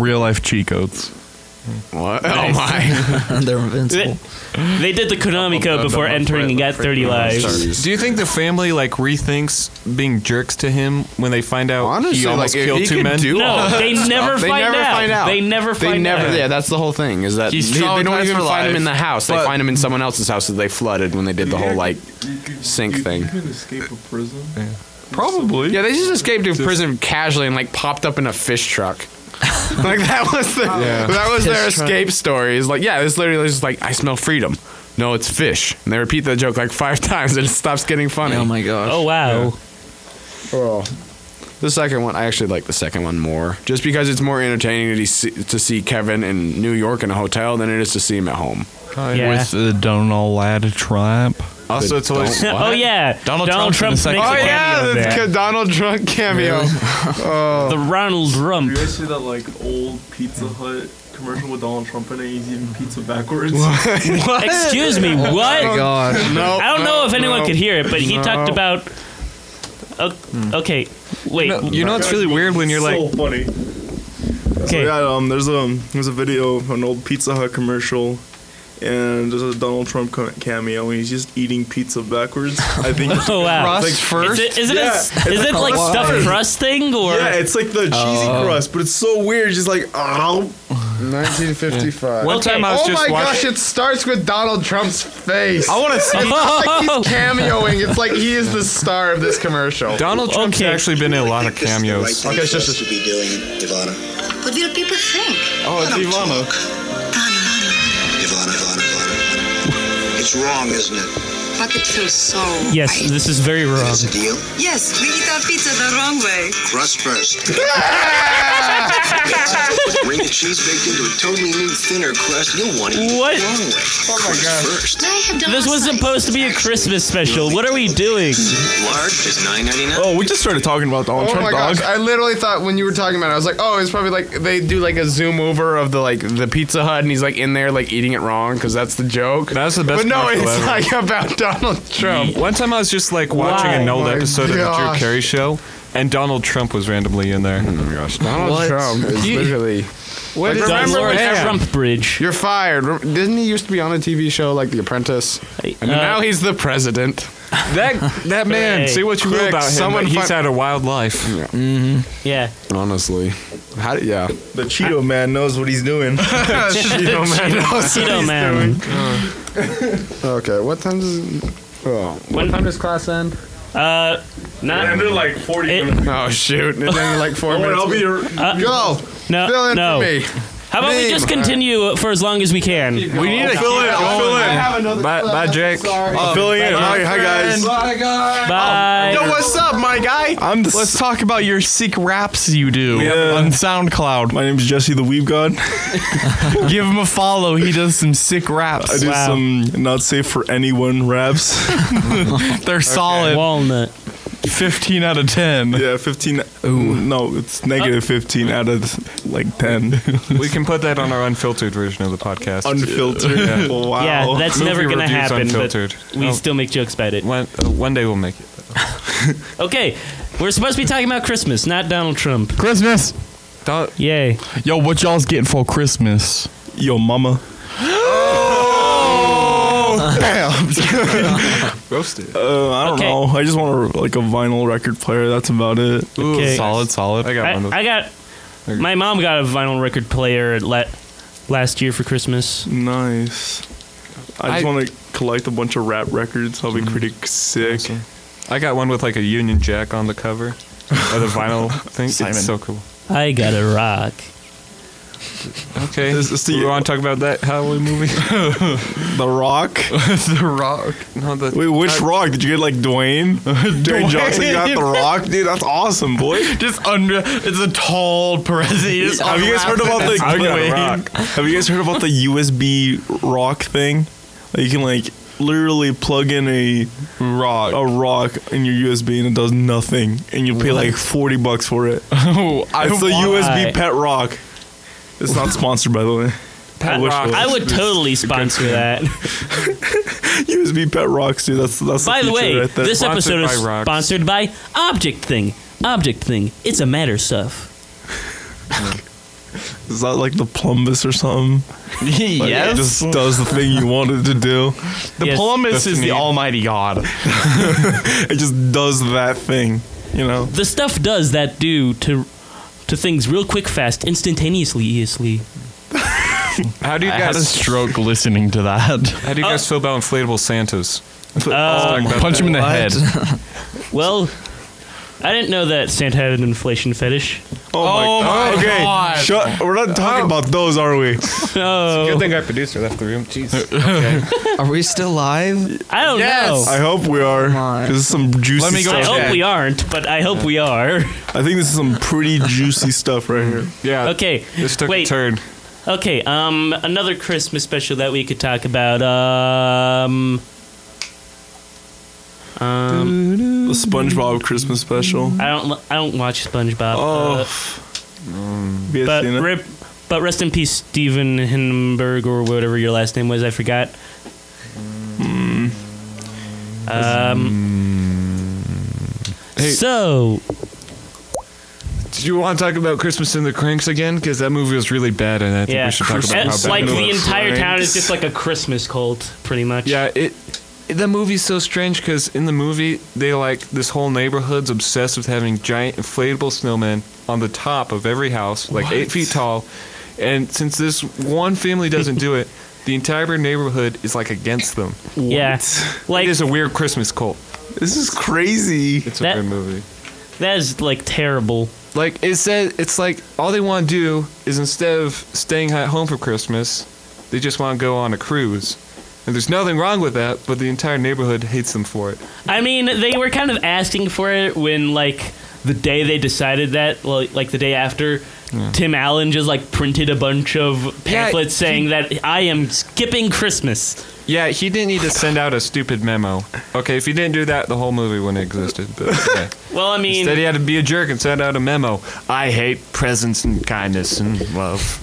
Speaker 7: Real life cheat codes.
Speaker 5: What? Oh my!
Speaker 4: They're invincible.
Speaker 2: They- They did the Konami code before entering and got 30 lives.
Speaker 3: Do you think the family like rethinks being jerks to him when they find out
Speaker 5: Honestly,
Speaker 3: he almost
Speaker 5: like, if
Speaker 3: killed
Speaker 5: he
Speaker 3: two
Speaker 5: could
Speaker 3: men?
Speaker 5: do all
Speaker 2: No, they never,
Speaker 5: They
Speaker 2: find,
Speaker 5: never
Speaker 2: out.
Speaker 5: find out.
Speaker 2: They never
Speaker 5: They
Speaker 2: find
Speaker 5: never.
Speaker 2: out.
Speaker 5: Yeah, that's the whole thing. Is that
Speaker 7: He's
Speaker 5: they, they don't
Speaker 7: traumatized
Speaker 5: even
Speaker 7: for
Speaker 5: find him in the
Speaker 7: life,
Speaker 5: house. They
Speaker 7: but-
Speaker 5: find him in someone else's house that they flooded when they did the whole like sink thing.
Speaker 8: You can escape a prison.
Speaker 7: Probably.
Speaker 5: Yeah, they just escaped to prison casually and like popped up in a fish truck. like that was the, that was their
Speaker 4: Fish truck.
Speaker 5: escape story. Is like yeah, it's literally just like I smell freedom. No, it's fish. And they repeat that joke like five times and it stops getting funny.
Speaker 4: Oh my gosh!
Speaker 2: Oh wow.
Speaker 5: Oh. The second one, I actually like the second one more, just because it's more entertaining to see, to see Kevin in New York in a hotel than it is to see him at home.
Speaker 2: Yeah.
Speaker 7: With the Donald Lad Trump.
Speaker 3: Also, it's always
Speaker 2: oh yeah.
Speaker 7: Donald Trump's in the
Speaker 2: makes
Speaker 3: Oh,
Speaker 7: second
Speaker 2: a
Speaker 7: one.
Speaker 2: cameo in that.
Speaker 5: Donald Trump cameo.
Speaker 2: The Ronald Rump.
Speaker 8: You guys see that like old Pizza Hut commercial with Donald Trump in it? He's eating pizza backwards.
Speaker 2: Excuse me. What?
Speaker 4: my gosh!
Speaker 5: Oh no,
Speaker 2: I don't know if anyone could hear it, but he talked about. O-
Speaker 5: Hmm.
Speaker 2: Okay, wait.
Speaker 3: No, you know it's really weird when you're
Speaker 8: so
Speaker 3: like
Speaker 8: funny.
Speaker 2: okay,
Speaker 8: Yeah, um, there's a there's a video of an old Pizza Hut commercial, and there's a Donald Trump co- cameo, and he's just eating pizza backwards. I think.
Speaker 2: Oh wow!
Speaker 8: Like
Speaker 2: Is it is it,
Speaker 8: Yeah,
Speaker 2: a,
Speaker 8: it's
Speaker 2: is it like
Speaker 8: crust.
Speaker 2: stuffed crust thing or?
Speaker 8: yeah, it's like the cheesy
Speaker 5: Oh.
Speaker 8: crust, but it's so weird. Just like, oh,
Speaker 9: 1955.
Speaker 3: one
Speaker 2: Okay.
Speaker 3: time I was
Speaker 9: Oh
Speaker 3: just
Speaker 9: my gosh,
Speaker 3: watching.
Speaker 9: it starts with Donald Trump's face.
Speaker 3: I want to see.
Speaker 2: Oh!
Speaker 9: He's cameoing. It's like he is the star of this commercial.
Speaker 3: Donald Trump's
Speaker 2: Okay.
Speaker 3: actually been in a lot of cameos.
Speaker 9: Okay, it's just
Speaker 10: to be doing, Ivana.
Speaker 11: What will people think?
Speaker 8: oh, it's Ivana.
Speaker 10: Ivana, Ivana, Ivana. It's wrong, isn't it?
Speaker 11: But it feels so.
Speaker 2: Yes, this is very wrong.
Speaker 10: It's a deal.
Speaker 11: Oh. Yes, we eat our pizza the wrong way.
Speaker 10: Crust first. Ring the cheese baked into a totally new, thinner crust. You'll want to eat
Speaker 2: What?
Speaker 10: it the wrong way. Oh my crust first.
Speaker 11: I have done
Speaker 2: This was supposed to be a Christmas special. What are we doing?
Speaker 10: Large is nine ninety nine.
Speaker 8: Oh, we just started talking about Donald
Speaker 9: Oh
Speaker 8: Trump,
Speaker 9: my
Speaker 8: dog.
Speaker 9: gosh! I literally thought when you were talking about it, I was like, "Oh, it's probably like they do like a zoom over of the like the Pizza Hut, and he's like in there like eating it wrong because that's the joke."
Speaker 3: That's the best.
Speaker 9: but no,
Speaker 3: commercial
Speaker 9: it's
Speaker 3: ever.
Speaker 9: like about Donald Trump.
Speaker 3: One time I was just like watching
Speaker 2: Wow.
Speaker 3: an old
Speaker 9: My
Speaker 3: episode of the
Speaker 9: gosh.
Speaker 3: Drew Carey show, and Donald Trump was randomly in there.
Speaker 5: Oh my gosh, Donald
Speaker 4: What?
Speaker 5: Trump is literally. What
Speaker 2: The Lawrence Trump Bridge.
Speaker 5: You're fired. Rem- Didn't he used to be on a TV show like The Apprentice?
Speaker 2: Hey,
Speaker 5: And
Speaker 2: uh,
Speaker 5: now he's the president.
Speaker 3: That that man.
Speaker 2: Hey.
Speaker 3: See what you will
Speaker 5: Quick,
Speaker 3: about him.
Speaker 5: someone
Speaker 3: Someone he's
Speaker 5: fi-
Speaker 3: had a wild life.
Speaker 2: Yeah.
Speaker 5: Honestly, how? do- Yeah,
Speaker 8: The Cheeto Man knows what he's doing.
Speaker 2: Cheeto Man.
Speaker 9: Okay, what time does?
Speaker 2: What time
Speaker 9: does class end?
Speaker 2: Uh, not.
Speaker 8: they're like 40
Speaker 2: It-
Speaker 8: minutes.
Speaker 5: Oh shoot! It's only like four
Speaker 8: Oh, and
Speaker 5: minutes.
Speaker 8: I'll be your.
Speaker 9: Go. Fill
Speaker 2: No.
Speaker 9: in
Speaker 2: No.
Speaker 9: for me.
Speaker 2: How about we just continue for as long as we can?
Speaker 5: We need a
Speaker 8: Fill in. I'll fill in. Uh,
Speaker 5: Bye, bye, Jake.
Speaker 8: I'm filling in. Hi, hi guys.
Speaker 2: Bye.
Speaker 5: Yo, what's up, my guy?
Speaker 8: I'm the.
Speaker 7: Let's talk about your sick raps you do
Speaker 8: Yeah.
Speaker 7: on SoundCloud.
Speaker 8: my name's Jesse the Weeb God.
Speaker 7: Give him a follow. He does some sick
Speaker 8: I
Speaker 7: raps.
Speaker 8: do
Speaker 2: Wow.
Speaker 8: some not safe for anyone raps.
Speaker 7: They're solid.
Speaker 2: Walnut.
Speaker 7: 15 out of 10.
Speaker 8: yeah, 15. No, it's negative 15 out of like 10.
Speaker 3: We can put that on our unfiltered version of the podcast.
Speaker 8: Unfiltered. Wow.
Speaker 2: Yeah, that's
Speaker 3: Movie
Speaker 2: never gonna
Speaker 3: reviews
Speaker 2: happen.
Speaker 3: unfiltered.
Speaker 2: But we
Speaker 3: Oh.
Speaker 2: still make jokes about it.
Speaker 3: one, uh, one day we'll make it.
Speaker 2: Okay, we're supposed to be talking about Christmas, not Donald Trump.
Speaker 7: Christmas.
Speaker 3: Don-
Speaker 2: Yay.
Speaker 7: Yo, what y'all's getting for Christmas?
Speaker 8: Yo, mama.
Speaker 3: Roasted.
Speaker 8: Uh, I don't
Speaker 2: Okay.
Speaker 8: know. I just want a, like a vinyl record player. That's about it.
Speaker 2: Okay.
Speaker 7: Solid, solid.
Speaker 3: I got
Speaker 2: I,
Speaker 3: one. Of,
Speaker 2: I got. My mom got a vinyl record player at let last year for Christmas.
Speaker 8: Nice. I
Speaker 3: I-
Speaker 8: just want to collect a bunch of rap records. That'll be pretty sick.
Speaker 3: I got one with like a Union Jack on the cover, of the vinyl thing. It's so cool.
Speaker 2: I got a rock.
Speaker 3: Okay. we want to talk about that Halloween movie?
Speaker 8: the Rock.
Speaker 7: the Rock.
Speaker 3: No, the
Speaker 8: Wait, which Rock? Did you get like Dwayne? Dwayne Johnson you got the Rock, dude. That's awesome, boy.
Speaker 7: Just under. It's a tall Perez. He just
Speaker 8: Have you guys heard about the?
Speaker 7: unwraps it. Dwayne.
Speaker 8: Have you guys heard about the USB Rock thing? Like, you can like literally plug in a rock, a rock in your USB, and it does nothing, and you pay like forty bucks for it.
Speaker 7: Oh, I
Speaker 8: it's the
Speaker 7: want-
Speaker 8: USB Pet Rock. It's not sponsored, by the way.
Speaker 2: Pet Rock. I would totally sponsor that.
Speaker 8: USB Pet Rocks, dude. That's that's.
Speaker 2: By the
Speaker 8: feature
Speaker 2: way,
Speaker 8: right there.
Speaker 2: this episode is sponsored by Object Thing. Object Thing. It's a matter stuff.
Speaker 8: Is that like the Plumbus or something? Like, it
Speaker 7: Yes.
Speaker 8: just does the thing you wanted to do.
Speaker 7: The Yes. Plumbus is the almighty god.
Speaker 8: it just does that thing, you know?
Speaker 2: The stuff does that do to to things real quick, fast, instantaneously, easily.
Speaker 3: How do you
Speaker 7: I had a
Speaker 3: guys-
Speaker 7: stroke listening to that.
Speaker 3: How do you
Speaker 8: Oh.
Speaker 3: guys feel about inflatable Santas?
Speaker 2: Um,
Speaker 7: Punch him in the head.
Speaker 2: well, I didn't know that Santa had an inflation fetish.
Speaker 8: Oh, my, god. Okay, shut. We're not talking about those, are we?
Speaker 2: No.
Speaker 3: Good thing our producer left the room. Jeez.
Speaker 4: Are we still live?
Speaker 2: I don't know.
Speaker 8: I hope we are.
Speaker 4: on.
Speaker 8: This is some juicy.
Speaker 2: Let me go I
Speaker 8: stuff.
Speaker 2: hope we aren't, but I hope we are.
Speaker 8: I think this is some pretty juicy stuff right here.
Speaker 3: Yeah.
Speaker 2: Okay.
Speaker 3: This took
Speaker 2: Wait.
Speaker 3: a turn.
Speaker 2: Okay, um, another Christmas special that we could talk about. Um, um
Speaker 8: The SpongeBob Christmas special.
Speaker 2: I don't, I don't watch SpongeBob.
Speaker 8: Oh,
Speaker 2: uh, but rip, but rest in peace, Steven Hindenburg or whatever your last name was. I forgot.
Speaker 3: Hmm.
Speaker 2: Um.
Speaker 3: Hmm.
Speaker 2: So
Speaker 3: Did you want to talk about Christmas in the Cranks again? Because that movie was really bad, and I think
Speaker 2: yeah,
Speaker 3: we should talk about
Speaker 2: And,
Speaker 3: how bad
Speaker 2: like
Speaker 3: it
Speaker 2: the
Speaker 3: was.
Speaker 2: entire town is just like a Christmas cult, pretty much.
Speaker 3: Yeah, it. The movie's so strange because in the movie they like this whole neighborhood's obsessed with having giant inflatable snowmen on the top of every house, like eight feet tall. And since this one family doesn't do it, the entire neighborhood is like against them.
Speaker 2: Yeah, like
Speaker 3: it is a weird Christmas cult.
Speaker 8: This is crazy.
Speaker 3: It's a
Speaker 2: That-
Speaker 3: good movie.
Speaker 2: that is like terrible.
Speaker 3: Like it said, it's like all they want to do is instead of staying at home for Christmas, they just want to go on a cruise. And there's nothing wrong with that, but the entire neighborhood hates them for it.
Speaker 2: I mean, they were kind of asking for it when, like, the day they decided that, like, like the day after, Tim Allen just like printed a bunch of
Speaker 3: Yeah,
Speaker 2: pamphlets saying that I am skipping Christmas.
Speaker 3: Yeah, he didn't need to send out a stupid memo. Okay, if he didn't do that, the whole movie wouldn't have existed. But yeah.
Speaker 2: Well, I mean,
Speaker 3: instead, he had to be a jerk and send out a memo. I hate presents and kindness and love.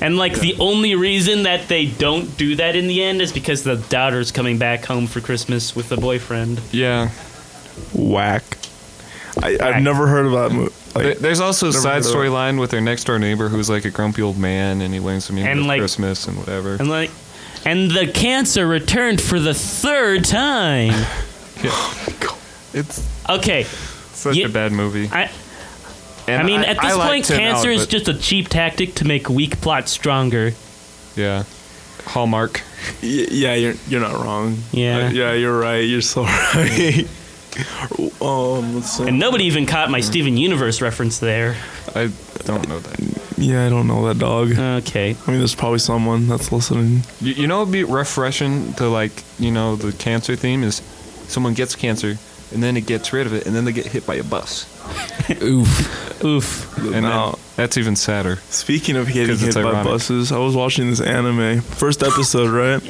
Speaker 2: and like the only reason that they don't do that in the end is because the daughter's coming back home for Christmas with the boyfriend.
Speaker 3: Yeah,
Speaker 8: Whack. I, I've never heard of that movie.
Speaker 3: There-
Speaker 8: Like,
Speaker 3: there's also a
Speaker 8: Never
Speaker 3: side
Speaker 8: heard of it.
Speaker 3: storyline with their next door neighbor who's like a grumpy old man and he learns some
Speaker 2: And,
Speaker 3: English
Speaker 2: like-
Speaker 3: Christmas and whatever.
Speaker 2: And like, and the cancer returned for the third time.
Speaker 8: Oh
Speaker 3: it's
Speaker 2: Okay,
Speaker 3: such
Speaker 2: Yeah.
Speaker 3: a bad movie.
Speaker 2: I.
Speaker 3: And
Speaker 2: I mean, at
Speaker 3: I
Speaker 2: this
Speaker 3: like
Speaker 2: point,
Speaker 3: Tim Allen,
Speaker 2: cancer is
Speaker 3: but-
Speaker 2: just a cheap tactic to make weak plots stronger.
Speaker 3: yeah, Hallmark.
Speaker 8: y- yeah, you're you're not wrong.
Speaker 2: Yeah.
Speaker 8: Uh, yeah, you're right. You're so right. um, let's see.
Speaker 2: And nobody even caught my Steven Universe reference there.
Speaker 3: I don't know that.
Speaker 8: Yeah, I don't know that dog.
Speaker 2: Okay.
Speaker 8: I mean, there's probably someone that's listening.
Speaker 3: You, you know, it'd be refreshing to like, you know, the cancer theme is someone gets cancer and then it gets rid of it and then they get hit by a bus.
Speaker 2: Oof.
Speaker 3: And
Speaker 8: Now-
Speaker 3: then, that's even sadder.
Speaker 8: Speaking of getting
Speaker 3: 'Cause
Speaker 8: hit
Speaker 3: it's
Speaker 8: by
Speaker 3: ironic.
Speaker 8: buses, I was watching this anime. First episode, right?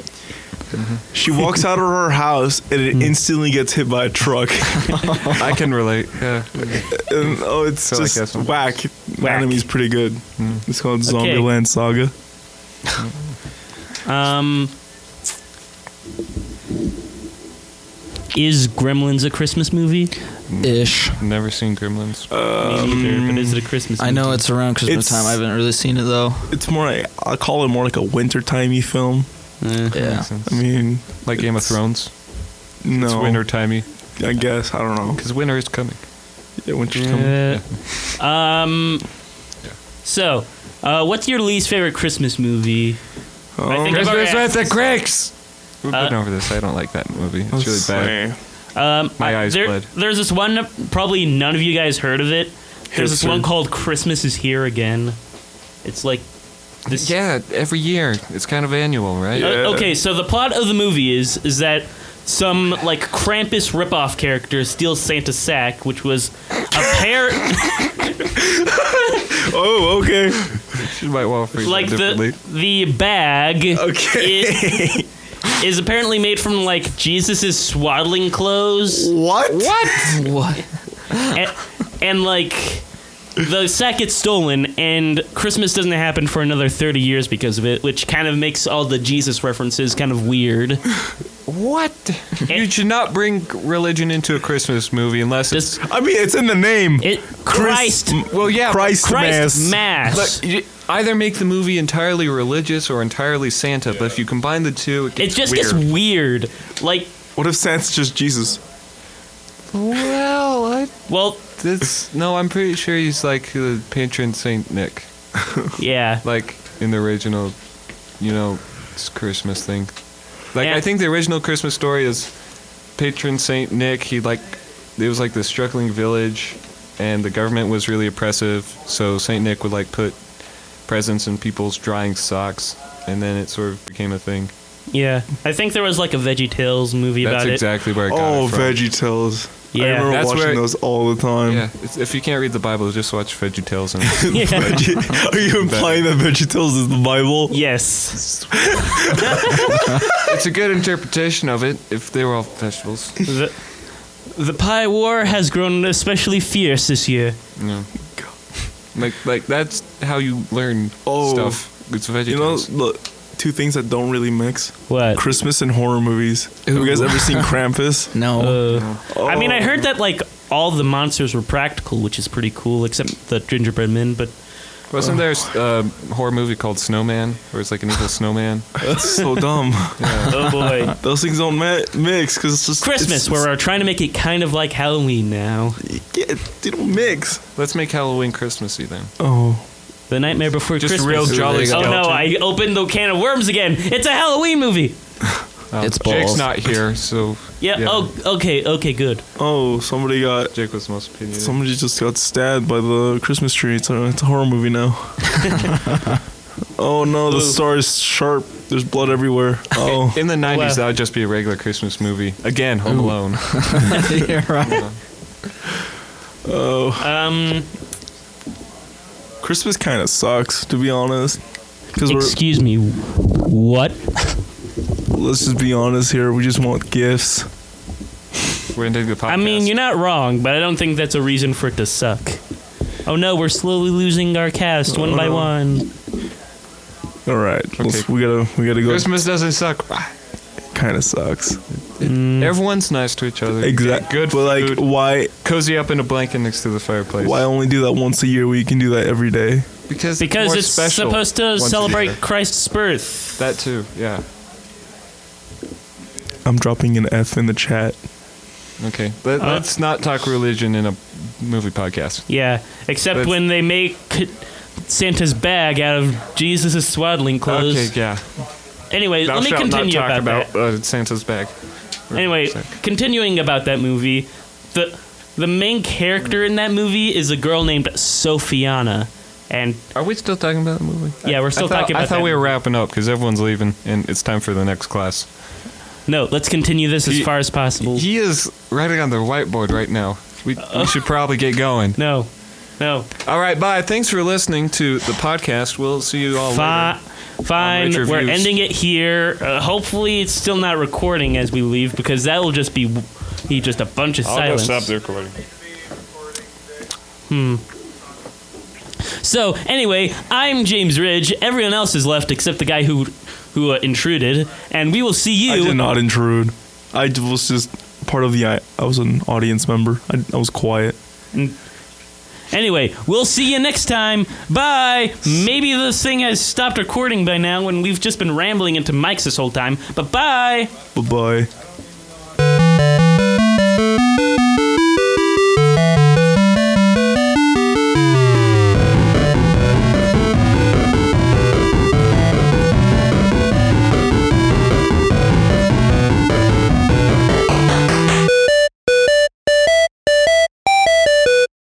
Speaker 8: She walks out of her house and
Speaker 7: Mm.
Speaker 8: it instantly gets hit by a truck.
Speaker 3: I can relate. Yeah.
Speaker 8: And, oh, it's
Speaker 3: Feel like
Speaker 8: just
Speaker 3: that's one.
Speaker 8: whack. The anime's pretty good. It's called Zombieland Saga.
Speaker 2: Um. Is Gremlins a Christmas movie?
Speaker 4: Ish.
Speaker 3: Never seen Gremlins.
Speaker 2: Me neither, but is it a Christmas
Speaker 4: I know it's around Christmas
Speaker 8: It's-
Speaker 4: time. I haven't really seen it though.
Speaker 8: It's more like I call it more like a wintertimey film.
Speaker 4: Yeah.
Speaker 8: I mean,
Speaker 3: Like Game of
Speaker 8: it's-
Speaker 3: Thrones.
Speaker 8: no,
Speaker 3: It's winter timey.
Speaker 8: I guess I don't know.
Speaker 3: Because winter is coming.
Speaker 8: Yeah, winter's coming.
Speaker 2: movie? Uh, um. So, uh, what's your least favorite Christmas movie?
Speaker 8: Oh.
Speaker 2: I think I've already asked.
Speaker 3: the Greeks! We've
Speaker 2: Uh,
Speaker 3: been over this. I don't like that movie. It's really bad.
Speaker 8: Sorry.
Speaker 2: Um,
Speaker 3: My
Speaker 2: I-
Speaker 3: eyes
Speaker 2: there-
Speaker 3: bled.
Speaker 2: There's this one, probably none of you guys heard of it. There's this
Speaker 8: Hipster.
Speaker 2: one called Christmas is Here Again. It's like this
Speaker 3: yeah, every year. It's kind of annual, right?
Speaker 2: O- Uh, okay, so the plot of the movie is is that some like Krampus ripoff character steals Santa's sack, which was a pair.
Speaker 8: oh, okay.
Speaker 3: You might want to
Speaker 2: like the the bag. Okay. Is, is apparently made from like Jesus's swaddling clothes.
Speaker 8: What?
Speaker 2: What? what? And, and like the sack gets stolen, and Christmas doesn't happen for another thirty years because of it, which kind of makes all the Jesus references kind of weird.
Speaker 3: What? you should not bring religion into a Christmas movie unless it's.
Speaker 8: I mean, it's in the name.
Speaker 2: It Christ.
Speaker 3: well, yeah, but-
Speaker 8: Christ Christ Mass.
Speaker 2: Mass.
Speaker 3: But you- either make the movie entirely religious or entirely Santa, but if you combine the two, it,
Speaker 2: It
Speaker 3: gets
Speaker 2: just
Speaker 3: weird.
Speaker 2: gets weird. Like,
Speaker 8: What if Santa's just Jesus?
Speaker 3: Well, I,
Speaker 2: well,
Speaker 3: this no, I'm pretty sure he's like the patron saint Nick.
Speaker 2: yeah.
Speaker 3: Like in the original, you know, s- Christmas thing. Like I
Speaker 2: And-
Speaker 3: think the original Christmas story is patron saint Nick. He like it was like this struggling village, and the government was really oppressive. So Saint Nick would like put presents in people's drying socks, and then it sort of became a thing.
Speaker 2: Yeah, I think there was like a Veggie Tales movie
Speaker 3: That's
Speaker 2: about it.
Speaker 3: exactly where I got
Speaker 8: Oh,
Speaker 3: it from.
Speaker 8: VeggieTales.
Speaker 2: Yeah.
Speaker 8: I remember
Speaker 3: That's
Speaker 8: watching
Speaker 3: where-
Speaker 8: those all the time.
Speaker 3: Yeah, it's, if you can't read the Bible, just watch Veggie Tales. And
Speaker 8: Veggie- Are you implying that VeggieTales is the Bible?
Speaker 2: Yes.
Speaker 3: it's a good interpretation of it if they were all vegetables.
Speaker 2: The, the pie war has grown especially fierce this year.
Speaker 3: Yeah. Like, like that's how you learn
Speaker 8: Oh,
Speaker 3: stuff. It's Veggie
Speaker 8: You know,
Speaker 3: Tales.
Speaker 8: look, two things that don't really mix.
Speaker 2: What?
Speaker 8: Christmas and horror movies. Have you guys
Speaker 4: Ooh.
Speaker 8: ever seen Krampus?
Speaker 2: Uh,
Speaker 4: No.
Speaker 2: I mean, I heard that like all the monsters were practical, which is pretty cool, except the gingerbread men. But
Speaker 3: Wasn't there a um, horror movie called Snowman, where it's like an evil snowman?
Speaker 8: It's so dumb.
Speaker 2: oh boy,
Speaker 8: Those things don't ma- mix because it's just
Speaker 2: Christmas,
Speaker 8: It's,
Speaker 2: where we're trying to make it kind of like Halloween now.
Speaker 8: yeah, they don't mix.
Speaker 3: Let's make Halloween Christmassy then.
Speaker 8: Oh,
Speaker 2: The Nightmare Before
Speaker 3: Just
Speaker 2: Christmas.
Speaker 3: real jolly
Speaker 2: Oh
Speaker 3: skeleton.
Speaker 2: no, I opened the can of worms again. It's a Halloween movie.
Speaker 3: Um,
Speaker 4: It's
Speaker 3: Jake's
Speaker 4: balls.
Speaker 3: not here, so
Speaker 2: Yeah. Oh, okay. Okay. Good.
Speaker 8: oh, somebody got
Speaker 3: Jake was most opinionated.
Speaker 8: somebody just got stabbed by the Christmas tree. It's a, it's a horror movie now. oh no, the star is sharp. There's blood everywhere. Oh,
Speaker 3: In the '90s,
Speaker 2: Wow.
Speaker 3: that would just be a regular Christmas movie. Again, Home Alone.
Speaker 4: You're right.
Speaker 8: oh,
Speaker 2: Um.
Speaker 8: Christmas kind of sucks to be honest. Because we're
Speaker 2: Excuse me. What?
Speaker 8: let's just be honest here. We just want gifts.
Speaker 3: We're ending the podcast.
Speaker 2: I mean, you're not wrong, but I don't think that's a reason for it to suck. Oh no, we're slowly losing our cast
Speaker 3: Oh,
Speaker 2: one by
Speaker 8: no.
Speaker 2: one.
Speaker 8: All right, let's- we gotta we gotta go.
Speaker 3: Christmas doesn't suck.
Speaker 8: Kind of sucks.
Speaker 2: Mm.
Speaker 3: Everyone's nice to each other.
Speaker 8: Exactly.
Speaker 3: Good
Speaker 8: But like,
Speaker 3: food.
Speaker 8: why
Speaker 3: cozy up in a blanket next to the fireplace.
Speaker 8: why only do that once a year? We can do that every day.
Speaker 3: Because
Speaker 2: Because
Speaker 3: more
Speaker 2: it's
Speaker 3: special
Speaker 2: supposed to
Speaker 3: once a
Speaker 2: celebrate
Speaker 3: year.
Speaker 2: Christ's birth.
Speaker 3: that too. Yeah.
Speaker 8: I'm dropping an F in the chat.
Speaker 3: Okay. Let,
Speaker 2: Uh,
Speaker 3: let's not talk religion in a movie podcast.
Speaker 2: Yeah, except
Speaker 3: That's-
Speaker 2: when they make Santa's bag out of Jesus' swaddling clothes.
Speaker 3: Okay. Yeah.
Speaker 2: Anyway,
Speaker 3: Thou
Speaker 2: let me
Speaker 3: shalt
Speaker 2: continue
Speaker 3: not talk
Speaker 2: about,
Speaker 3: about,
Speaker 2: that.
Speaker 3: uh, Santa's bag.
Speaker 2: Anyway,
Speaker 3: Sick.
Speaker 2: continuing about that movie, the the main character in that movie is a girl named Sophiana, and
Speaker 3: Are we still talking about the movie?
Speaker 2: Yeah, we're
Speaker 3: I
Speaker 2: still
Speaker 3: thought,
Speaker 2: talking
Speaker 3: I
Speaker 2: about
Speaker 3: thought
Speaker 2: that
Speaker 3: we were wrapping up because everyone's leaving and it's time for the next class.
Speaker 2: no, let's continue this as
Speaker 3: Ye-
Speaker 2: far as possible.
Speaker 3: He is writing on the whiteboard right now. We, we should probably get going.
Speaker 2: no, no.
Speaker 3: All right, bye. Thanks for listening to the podcast. We'll see you all
Speaker 2: Fi-
Speaker 3: later.
Speaker 2: fine.
Speaker 3: rate
Speaker 2: We're
Speaker 3: reviews.
Speaker 2: ending it here. Uh, hopefully, it's still not recording as we leave because that will just be w- he just a bunch of silence. Hmm.
Speaker 6: recording.
Speaker 2: So anyway, I'm James Ridge. Everyone else is left except the guy who who uh, intruded, and we will see you.
Speaker 8: I did not intrude. I d- was just part of the. I, I was an audience member. I, I was quiet.
Speaker 2: Anyway, we'll see you next time. Bye. Maybe the thing has stopped recording by now, and we've just been rambling into mics this whole time. But bye.
Speaker 8: Bye bye.